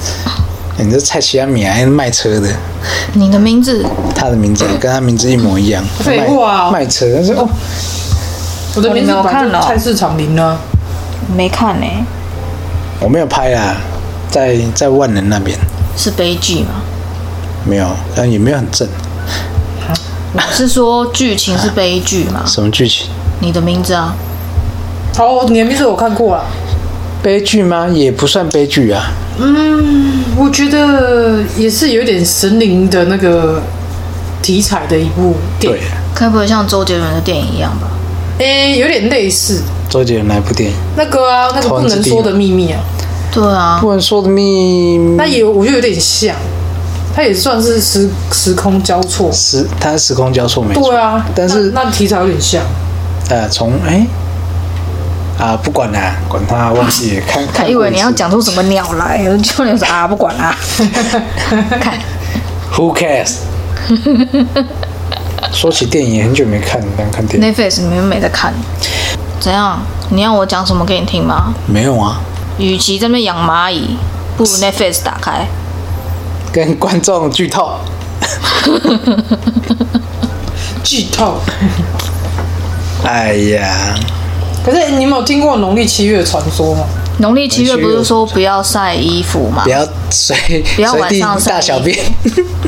Speaker 2: 哎你这蔡奇亚米啊还卖车的，
Speaker 6: 你的名字
Speaker 2: 他的名字跟他名字一模一样，
Speaker 7: 废话
Speaker 2: 卖卖车，但是哦，
Speaker 7: 我的名字
Speaker 6: 哦你没有
Speaker 7: 本来
Speaker 6: 看
Speaker 7: 就
Speaker 6: 哦
Speaker 7: 菜市场林啊。
Speaker 6: 没看呢、
Speaker 2: 我没有拍啦，在在万能那边
Speaker 6: 是悲剧吗？
Speaker 2: 没有，但也没有很正，
Speaker 6: 我是说剧情是悲剧吗？
Speaker 2: 什么剧情？
Speaker 6: 你的名字啊，
Speaker 7: 哦，你的名字我看过了。
Speaker 2: 悲剧吗？也不算悲剧啊，
Speaker 7: 我觉得也是有点神灵的那个题材的一部电
Speaker 2: 对
Speaker 7: 影，，
Speaker 6: 该不会像周杰伦的电影一样吧？
Speaker 7: 诶、有点类似
Speaker 2: 周杰伦那部电影
Speaker 7: 那个啊，那个不能说的秘密啊，
Speaker 6: 对啊
Speaker 2: 《不，能说的秘密
Speaker 7: 那》，也我觉得有点像，它也算是时时空交错。
Speaker 2: 时它是时空交错没错，
Speaker 7: 对啊，
Speaker 2: 但是
Speaker 7: 那那题材有点像，
Speaker 2: 呃，从哎、啊，不管啦、管他，忘 记了看
Speaker 6: 他
Speaker 2: 看。
Speaker 6: 以为你要。讲出什么鸟来， 就你说啊，不管啦、看
Speaker 2: Who cares？说起电影，很久没看，但看电影
Speaker 6: Netflix 你们没在看，怎样？你要我讲什么给你听吗？
Speaker 2: 没有啊，
Speaker 6: 与其在那边养蚂蚁，不如 Netflix 打开。
Speaker 2: 跟观众剧透。
Speaker 7: 剧透。
Speaker 2: 哎呀，
Speaker 7: 可是、你有没有听过农历七月的传说吗？
Speaker 6: 农历七月
Speaker 2: 七月
Speaker 6: 不是说不要晒衣服吗
Speaker 2: 不？要随
Speaker 6: 不要
Speaker 2: 随
Speaker 6: 晚
Speaker 2: 地
Speaker 6: 上晒
Speaker 2: 大小便，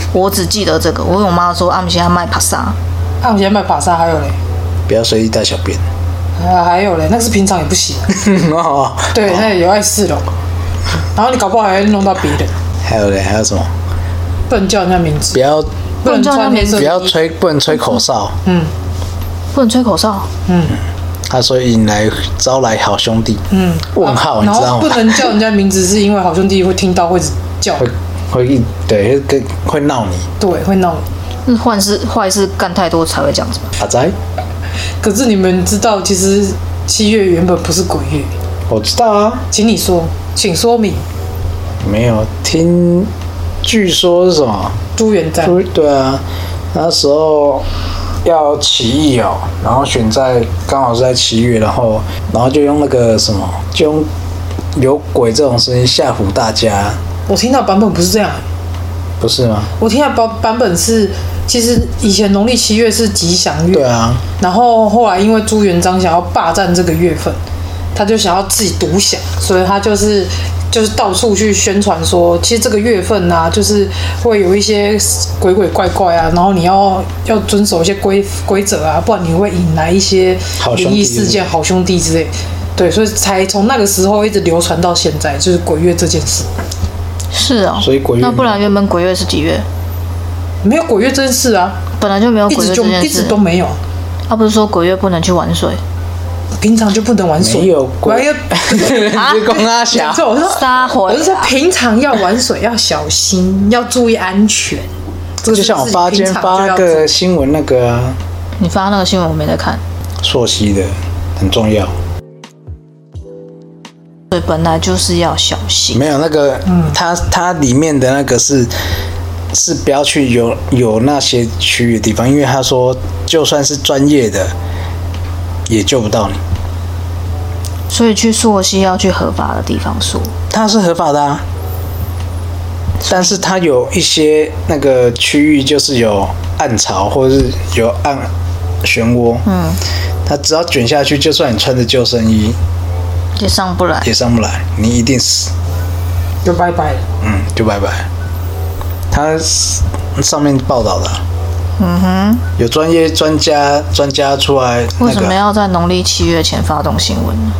Speaker 6: 我只记得这个，我跟我妈说，阿姆现在卖帕萨，
Speaker 7: 啊，我现在卖法沙还有嘞，
Speaker 2: 不要随地大小便。
Speaker 7: 啊还有嘞，那个是平常也不行、啊。
Speaker 2: 哦，
Speaker 7: 对，那也有碍事了。然后你搞不好还会弄到别人，
Speaker 2: 还有嘞，还有什么？
Speaker 7: 不能叫人家名字
Speaker 2: 不。要
Speaker 7: 不能穿黑色
Speaker 2: 不
Speaker 7: 的
Speaker 2: 要
Speaker 7: 衣服
Speaker 2: 吹，不能吹口哨，
Speaker 6: 不能吹口哨，
Speaker 2: 他说引来招来好兄弟。嗯，问号，你
Speaker 7: 然
Speaker 2: 知
Speaker 7: 后
Speaker 2: 道
Speaker 7: 不
Speaker 2: 吗？
Speaker 7: 能叫人家名字，是因为好兄弟会听到会叫，
Speaker 2: 会会一对会跟会闹你。
Speaker 7: 对，会闹。
Speaker 6: 那坏事嗯坏事干太多才会这样子吧？
Speaker 2: 阿仔，
Speaker 7: 可是你们知道，其实七月原本不是鬼月，
Speaker 2: 我知道啊，
Speaker 7: 请你说，请说明。
Speaker 2: 没有听，据说是什么？
Speaker 7: 朱元璋，
Speaker 2: 对对啊，那时候要起义哦，然后选在刚好是在七月，然后然后就用那个什么，就用有鬼这种事情吓唬大家，
Speaker 7: 我听到版本不是这样，
Speaker 2: 不是吗？
Speaker 7: 我听到版版本是，其实以前农历七月是吉祥月，
Speaker 2: 对啊，
Speaker 7: 然后后来因为朱元璋想要霸占这个月份，他就想要自己独享，所以他就是就是到处去宣传说，其实这个月份啊，就是会有一些鬼鬼怪怪啊，然后你要要遵守一些规规则啊，不然你会引来一些
Speaker 2: 好兄
Speaker 7: 灵
Speaker 2: 弟
Speaker 7: 异事件、好兄弟之类。对，所以才从那个时候一直流传到现在，就是鬼月这件事。
Speaker 6: 是哦，
Speaker 2: 所以鬼月
Speaker 6: 那不然原本鬼月是几月？
Speaker 7: 没有鬼月这件事啊，
Speaker 6: 本来就没有
Speaker 7: 一
Speaker 6: 鬼
Speaker 7: 直
Speaker 6: 月
Speaker 7: 就
Speaker 6: 这件
Speaker 7: 一直
Speaker 6: 事
Speaker 7: 都，没有，
Speaker 6: 他不是说鬼月不能去玩水？
Speaker 7: 平常就不能玩水。
Speaker 2: 没有鬼
Speaker 7: 鬼月，
Speaker 2: 你啊光 阿霞
Speaker 7: 讲错，我说
Speaker 6: 撒
Speaker 7: 我
Speaker 2: 啊
Speaker 6: 回
Speaker 7: 是说，平常要玩水要小心，要注意安全。这个
Speaker 2: 就像我发今
Speaker 7: 今
Speaker 2: 天发那个新闻那个啊，
Speaker 6: 你发那个新闻我没在看，
Speaker 2: 朔溪的很重要，
Speaker 6: 所以本来就是要小心。
Speaker 2: 没有那个，它它里面的那个是是不要去有有那些区域的地方，因为他说就算是专业的也救不到你，
Speaker 6: 所以去溯溪要去合法的地方溯，
Speaker 2: 它是合法的啊，但是它有一些那个区域就是有暗潮或者是有暗漩涡，嗯，它只要卷下去，就算你穿着救生衣
Speaker 6: 也上不来
Speaker 2: 也。上不来，你一定死。
Speaker 7: 就拜拜了。
Speaker 2: 嗯，就拜拜。他上面报道的，嗯哼，有专业专家专家出来
Speaker 6: 为
Speaker 2: 那
Speaker 6: 什么
Speaker 2: 个，啊
Speaker 6: 要在农历七月前发动新闻呢？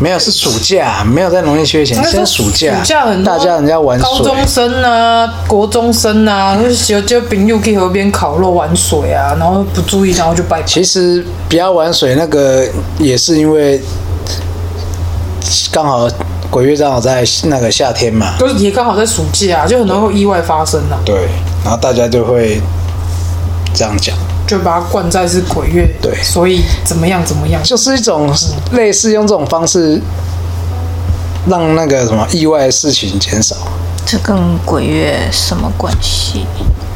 Speaker 2: 没有是暑假，啊没有在农历七月前，现在暑假，
Speaker 7: 暑假很多
Speaker 2: 大家人家玩
Speaker 7: 高
Speaker 2: 水，
Speaker 7: 中生啊，国中生啊，就就朋友去河边烤肉玩水啊，然后不注意，然后就拜拜。
Speaker 2: 其实不要玩水那个也是因为刚好鬼月刚好在那个夏天嘛，
Speaker 7: 就是也刚好在暑假，就很多意外发生啊，
Speaker 2: 对，然后大家就会这样讲，
Speaker 7: 就把它灌在是鬼月，
Speaker 2: 对
Speaker 7: 所以怎么样怎么样，
Speaker 2: 就是一种类似用这种方式让那个什么意外的事情减少。
Speaker 6: 这跟鬼月什么关系？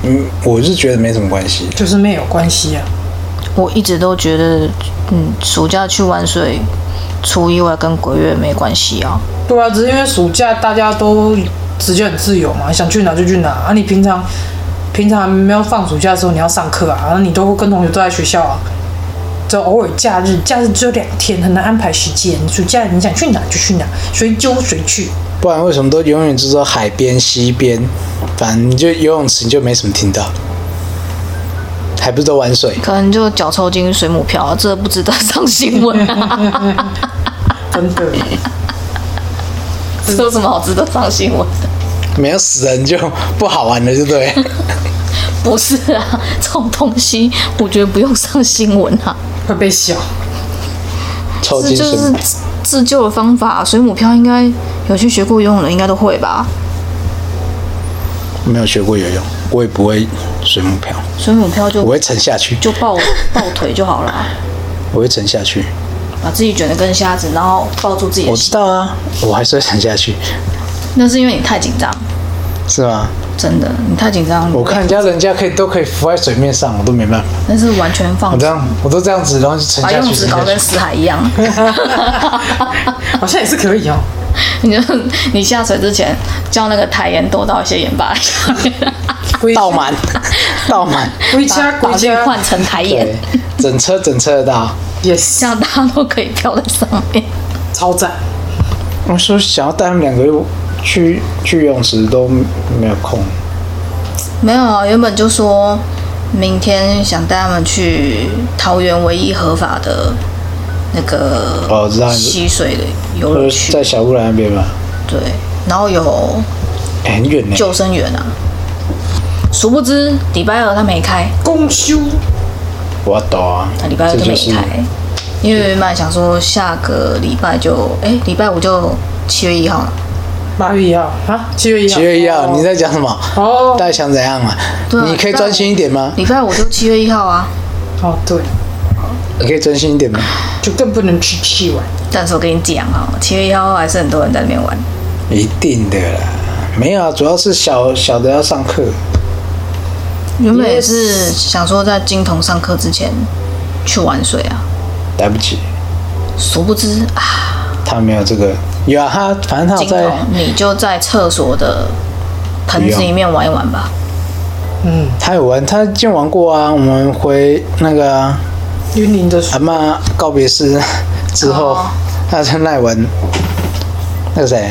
Speaker 2: 嗯，我是觉得没什么关系。
Speaker 7: 就是没有关系啊。
Speaker 6: 我一直都觉得，嗯，暑假去玩水，出意外跟鬼月没关系啊。
Speaker 7: 对啊，只是因为暑假大家都时间很自由嘛，想去哪就去哪啊。你平常平常没有放暑假的时候，你要上课啊，啊你都跟同学都在学校啊，就偶尔假日，假日只有两天，很难安排时间。暑假你想去哪就去哪，谁揪谁去。
Speaker 2: 不然为什么都永远只说海边、溪边，反正就游泳池你就没什么听到，还不是都玩水？
Speaker 6: 可能就脚抽筋、水母漂啊，这不值得上新闻啊。
Speaker 7: 真的，
Speaker 6: 这有什么好值得上新闻的？
Speaker 2: 没有死人就不好玩了，对不对？
Speaker 6: 不是啊，这种东西我觉得不用上新闻啊。
Speaker 7: 会被笑。
Speaker 2: 抽
Speaker 6: 这
Speaker 2: 筋
Speaker 6: 就
Speaker 2: 什
Speaker 6: 是
Speaker 2: 么？
Speaker 6: 自自救的方法。水母漂应该有去学过游泳的，应该都会吧？
Speaker 2: 没有学过游泳，我也不会水母漂，
Speaker 6: 水母漂就
Speaker 2: 我会沉下去，
Speaker 6: 就抱 抱腿就好了啊，
Speaker 2: 我会沉下去。
Speaker 6: 把自己卷得跟瞎子，然后抱住自己
Speaker 2: 我
Speaker 6: 的
Speaker 2: 知
Speaker 6: 心。
Speaker 2: 道啊，我还是会沉下去，
Speaker 6: 那是因为你太紧张，
Speaker 2: 是吗？
Speaker 6: 真的，你太紧张。
Speaker 2: 我看人家人家可以都可以浮在水面上，我都没办法。
Speaker 6: 那是完全放
Speaker 2: 我这样我都这样子，然后就沉
Speaker 6: 把
Speaker 2: 下
Speaker 6: 用
Speaker 2: 去。
Speaker 6: 纸
Speaker 2: 沉
Speaker 6: 搞
Speaker 2: 下
Speaker 6: 跟
Speaker 2: 去。
Speaker 6: 死海一 样。
Speaker 7: 好像也是可以哦。
Speaker 6: 你就你下水之前叫那个台盐多倒一些盐巴，
Speaker 7: 回
Speaker 2: 倒满，倒满，
Speaker 7: 回家
Speaker 6: 把
Speaker 7: 回
Speaker 6: 绿
Speaker 7: 家
Speaker 6: 换成台
Speaker 2: 对
Speaker 6: 盐，，
Speaker 2: 整车整车的啊倒。
Speaker 7: 也
Speaker 6: 这样大家都可以飘在上面。
Speaker 7: 超赞。
Speaker 2: 我说想要带他们两个去去游泳池都没有空，
Speaker 6: 没有啊，原本就说明天想带他们去桃园唯一合法的那个
Speaker 2: 哦我知道
Speaker 6: 溪水的游乐
Speaker 2: 就是
Speaker 6: 区，
Speaker 2: 在小乌兰那边嘛，
Speaker 6: 对，然后有
Speaker 2: 哎很远呢、
Speaker 6: 救生员啊。殊不知礼拜二他没开，
Speaker 7: 公休
Speaker 2: 我要抖啊
Speaker 6: 他礼拜二，
Speaker 2: 这
Speaker 6: 就
Speaker 2: 就
Speaker 6: 没
Speaker 2: 是
Speaker 6: 开，因为原本想说下个礼拜就哎礼拜五就七月一号了，
Speaker 7: 八月一号啊，七月一号，
Speaker 2: 七月一号，
Speaker 7: 哦
Speaker 2: 你在讲什么？
Speaker 7: 哦
Speaker 2: 大家想怎样啊？
Speaker 6: 对啊
Speaker 2: 你可以专心一点吗？
Speaker 6: 礼拜五就七月一号啊，
Speaker 7: 哦对，
Speaker 2: 你可以专心一点吗？
Speaker 7: 就更不能吃气丸。
Speaker 6: 但是我跟你讲啊，七月一号还是很多人在那边玩，
Speaker 2: 一定的啦，没有啊，主要是小小的要上课，
Speaker 6: 原本也是想说在金童上课之前去玩水啊，
Speaker 2: 来不及，
Speaker 6: 殊不知啊，
Speaker 2: 他没有这个，有啊，他反正他有
Speaker 6: 金
Speaker 2: 在
Speaker 6: 童你就在厕所的盆子里面玩一玩吧。
Speaker 7: 嗯，
Speaker 2: 他有玩，他见玩过啊，我们回那个啊、
Speaker 7: 云林的
Speaker 2: 阿妈告别式之后
Speaker 6: 哦，
Speaker 2: 他在那里玩那个谁，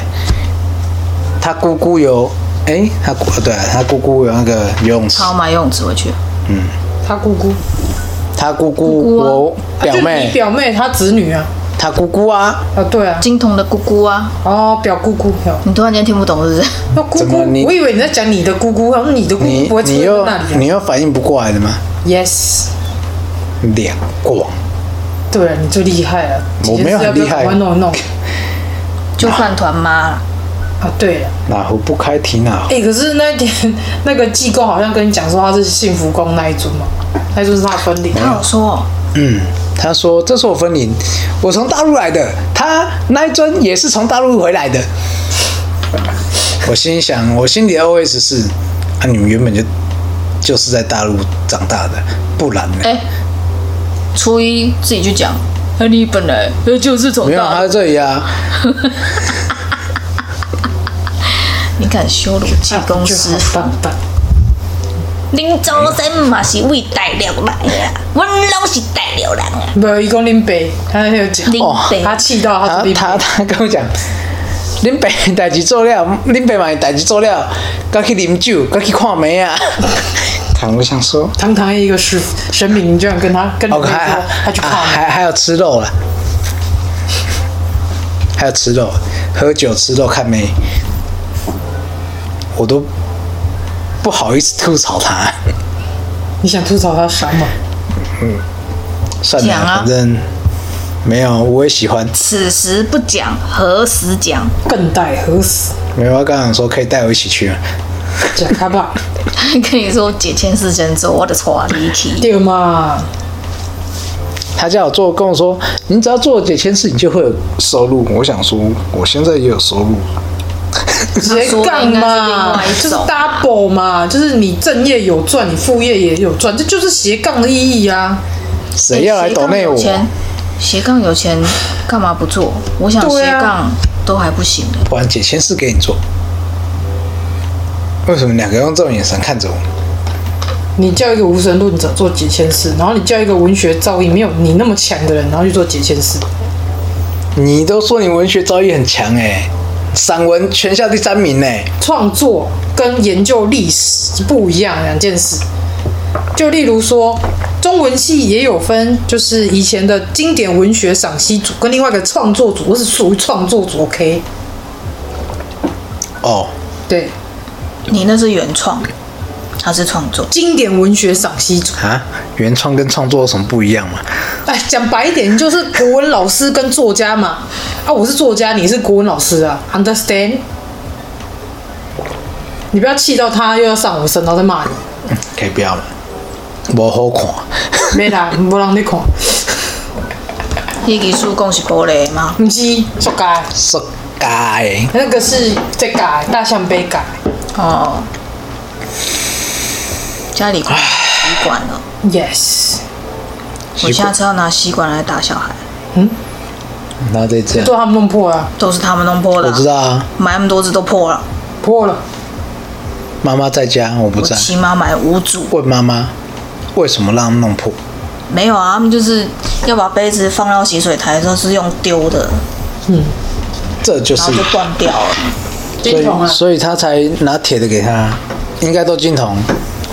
Speaker 2: 他姑姑有哎、他姑对、啊，他姑姑有那个游泳池
Speaker 6: 他，要买游泳池回去，
Speaker 7: 他姑姑，
Speaker 2: 他姑姑
Speaker 6: 姑啊
Speaker 2: 我表
Speaker 7: 啊就你
Speaker 2: 妹，
Speaker 7: 表妹她侄女啊，
Speaker 2: 他姑姑啊，
Speaker 7: 啊对啊，
Speaker 6: 金童的姑姑啊，
Speaker 7: 哦表姑姑，哦
Speaker 6: 你突然间听不懂是不 是？
Speaker 7: 那姑
Speaker 2: 怎么
Speaker 7: 姑
Speaker 2: 你，
Speaker 7: 我以为你在讲你的姑姑，然后你的姑姑
Speaker 2: 你
Speaker 7: 不会出
Speaker 2: 你
Speaker 7: 现
Speaker 2: 又
Speaker 7: 在那
Speaker 2: 你
Speaker 7: 里啊
Speaker 2: 又反应不过来的吗？
Speaker 7: ，yes，
Speaker 2: 两广，
Speaker 7: 对啊，你最厉害了，
Speaker 2: 我没有很厉害
Speaker 7: 我弄一弄
Speaker 6: 就饭团妈啦，
Speaker 7: 啊，对了，
Speaker 2: 哪壶不开提哪壶，
Speaker 7: 哎，可是那天 那个济公好像跟你讲说他是幸福宫那一尊嘛，那一尊是他的分灵，
Speaker 6: 他有说
Speaker 2: 嗯。他说：“这是我分灵，我从大陆来的，他那一尊也是从大陆回来的。”我心想，我心里的 OS 是：啊，你们原本就就是在大陆长大的，不然呢？
Speaker 6: 哎、初一自己去讲，哎你本来就是从
Speaker 2: 没有，
Speaker 6: 大
Speaker 2: 他
Speaker 6: 陆
Speaker 2: 在这里啊，
Speaker 6: 你敢羞辱济公师
Speaker 7: 就好
Speaker 6: 傅？
Speaker 7: 棒棒，
Speaker 6: 恁祖先嘛是为大陆来的啊，阮拢是大陆人啊，
Speaker 7: 没有一公林北，他那天有讲，哦
Speaker 6: 恁
Speaker 7: 他
Speaker 6: 爸
Speaker 7: 气到
Speaker 2: 他
Speaker 7: 他是林北
Speaker 2: 他他跟我讲，恁爸的代志做了，恁爸嘛代志做了，该去啉酒，该去看梅 啊。看我想说，
Speaker 7: 堂堂一个师神明，居然跟他 跟你
Speaker 2: 哦，
Speaker 7: 说
Speaker 2: 还
Speaker 7: 他去
Speaker 2: 还
Speaker 7: 看
Speaker 2: 还还有吃肉了，还有吃肉，喝酒吃肉看梅，我都不好意思吐槽他。
Speaker 7: 你想吐槽他什么？
Speaker 2: 算了，
Speaker 6: 讲啊
Speaker 2: 反正没有，我也喜欢。
Speaker 6: 此时不讲，何时讲？
Speaker 7: 更待何时？
Speaker 2: 没有，我啊刚想说可以带我一起去啊。
Speaker 7: 假卡吧，
Speaker 6: 还 跟你说解签是神州，我的错啊，离题。
Speaker 7: 对嘛？
Speaker 2: 他叫我做，跟我说，你只要做解签事，你就会有收入。我想说，我现在也有收入。
Speaker 7: 斜杠嘛，就是 double 嘛，就是你正业有赚，你副业也有赚，这就是斜杠的意义啊。
Speaker 2: 谁要来抖内我
Speaker 6: 斜杠有？钱，斜杠有钱干嘛不做？我想
Speaker 7: 对
Speaker 6: 斜
Speaker 7: 啊
Speaker 6: 杠都还不行呢。
Speaker 2: 不然解签事给你做。为什么两个用这种眼神看着我？
Speaker 7: 你叫一个无神论者做解签师，然后你叫一个文学造诣没有你那么强的人，然后去做解签师，
Speaker 2: 你都说你文学造诣很强哎、散文全校第三名哎、
Speaker 7: 创作跟研究历史是不一样的两件事。就例如说，中文系也有分，就是以前的经典文学赏析组跟另外一个创作组，我是属于创作组，OK？
Speaker 2: 哦，
Speaker 7: 对，
Speaker 6: 你那是原创，他是创作。
Speaker 7: 经典文学赏析组。
Speaker 2: 啊，原创跟创作有什么不一样嘛？
Speaker 7: 哎，讲白一点，就是国文老师跟作家嘛。啊，我是作家，你是国文老师啊，understand？你不要气到他又要上我身，然后再骂你。
Speaker 2: 可以不要吗？不好看，
Speaker 7: 没啦，无人在看，
Speaker 6: 迄个叔公是玻璃吗？
Speaker 7: 不是作家，
Speaker 2: 说嘎哎，
Speaker 7: 那个是在改大象杯改，
Speaker 6: 哦，家里管吸管了，
Speaker 7: yes，
Speaker 6: 我下次要拿吸管来打小孩，
Speaker 2: 然后再这样，
Speaker 7: 都他们弄破了，
Speaker 6: 都是他们弄破的、
Speaker 2: 我知，道啊，
Speaker 6: 买那么多只都破了，
Speaker 7: 破了，
Speaker 2: 妈妈在家，我不
Speaker 6: 我
Speaker 2: 在，
Speaker 6: 起码买五组。
Speaker 2: 问妈妈为什么让他们弄破？
Speaker 6: 没有啊，他们就是要把杯子放到洗水台，都是用丢的，
Speaker 2: 这就啊
Speaker 6: 然
Speaker 2: 是
Speaker 6: 后，就断掉了。
Speaker 2: 所以所以他才拿铁的给他，应该都金童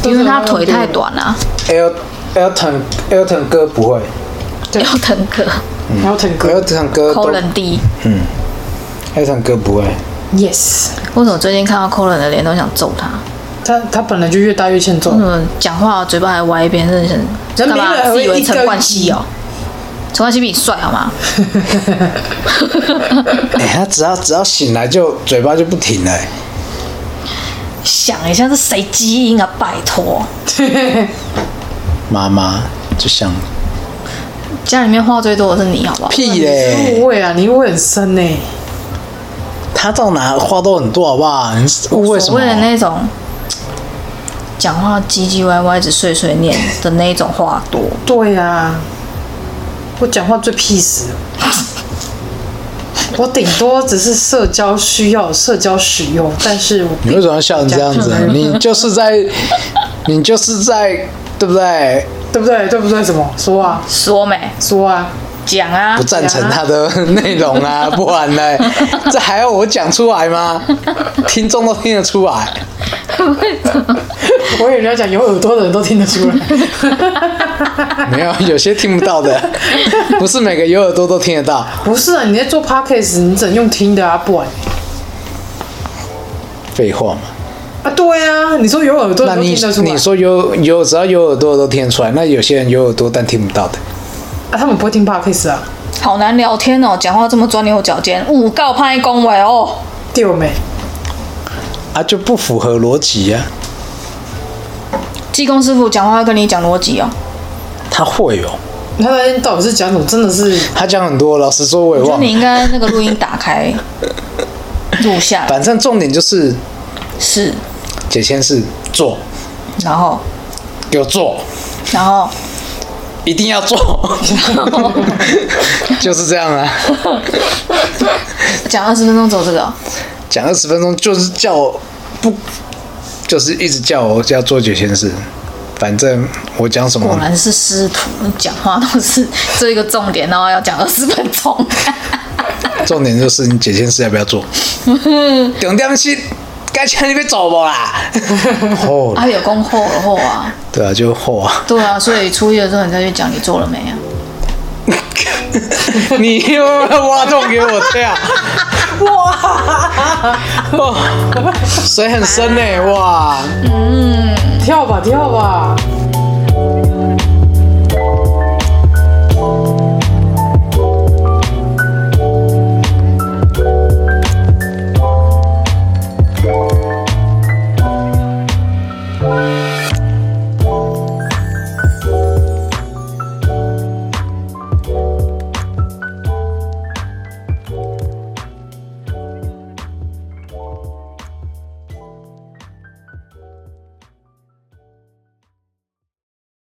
Speaker 6: 因为他腿太短了、
Speaker 2: ，L Elton Elton 哥不会
Speaker 6: 要腾格、
Speaker 7: 然后腾格
Speaker 2: ，Elton 哥都
Speaker 6: Colin D。
Speaker 2: ，Elton 哥不会，
Speaker 7: ，yes，
Speaker 6: 为什么最近看到 Colin 的脸都想揍他？
Speaker 7: 他他本来就越大越欠揍
Speaker 2: 哦
Speaker 6: 为，什么讲话嘴巴还歪一边？真的是
Speaker 7: 人
Speaker 6: 干
Speaker 7: 民
Speaker 6: 嘛
Speaker 7: 人
Speaker 6: 自以
Speaker 7: 会
Speaker 6: 为
Speaker 7: 一个
Speaker 6: 陈冠 希哦？陈冠希比你帅好吗？
Speaker 2: 哎、他只要只要醒来就嘴巴就不停了、哎
Speaker 6: 想一下是谁基因啊？拜托，
Speaker 2: 妈妈就想
Speaker 6: 家里面话最多的是你好不好？
Speaker 2: 屁
Speaker 7: 你
Speaker 2: 嘞、
Speaker 7: 误会啊，你误会很深呢、
Speaker 2: 他到哪话都很多，好不好？你误会什
Speaker 6: 所
Speaker 2: 么
Speaker 6: 谓？的那种讲话唧唧歪歪、只碎碎念的那一种话多，
Speaker 7: 对呀、我讲话最屁死了。我顶多只是社交需要、社交使用，但是我
Speaker 2: 你为什么要笑成这样子啊？你就是在，你就是在，对不对？
Speaker 7: 对不对？对不对？什么说啊？
Speaker 6: 说没
Speaker 7: 说啊？
Speaker 6: 讲啊
Speaker 2: 不？赞成他的 内容啊，不然呢？这还要我讲出来吗？听众都听得出来。
Speaker 7: 我以为你要讲有耳朵的人都听得 出来。
Speaker 2: 没有，有些听不到的，不是每个有耳朵都听得到。
Speaker 7: 不是啊，你在做 podcast，你只能用听的啊，不然
Speaker 2: 废话嘛，
Speaker 7: 啊，对啊，你说有耳朵
Speaker 2: 那
Speaker 7: 的都
Speaker 2: 你
Speaker 7: 听得出来
Speaker 2: 你说有有，只要有耳朵的都听得出来。那有些人有耳朵但听不到的，
Speaker 7: 啊，他们不会听 podcast 啊，
Speaker 6: 好难聊天哦，讲话这么钻牛角尖，五告拍恭维哦。
Speaker 7: 对没？
Speaker 2: 啊，就不符合逻辑啊呀、
Speaker 6: 技工师傅讲话要跟你讲逻辑哦，
Speaker 2: 他会哦，
Speaker 7: 他那天到底是讲什么？真的是
Speaker 2: 他讲很多，老实说我也
Speaker 6: 我觉得
Speaker 2: 忘
Speaker 6: 你
Speaker 2: 了。
Speaker 6: 应该那个录音打开录下来
Speaker 2: 反正重点就是
Speaker 6: 是，
Speaker 2: 解签是做，
Speaker 6: 然后
Speaker 2: 给我做，
Speaker 6: 然后
Speaker 2: 一定要做，就是这样啊。
Speaker 6: 讲二十分钟走这个哦、
Speaker 2: 讲二十分钟就是叫我不，就是一直叫我要做解签事。反正我讲什
Speaker 6: 果
Speaker 2: 么，
Speaker 6: 然是师徒，你讲话都是这一个重点，然后要讲二十分 钟。
Speaker 2: 重点就是你解签事要不要做。顶点是该请你别走不啦？哦，
Speaker 6: 啊，有功后的后啊，
Speaker 2: 对啊，就后啊，
Speaker 6: 对啊，所以初一的时候你再去讲你做了没啊？
Speaker 2: 你又要挖洞给我跳，哇，欸哦水很深呢、哇。
Speaker 7: 跳吧跳吧。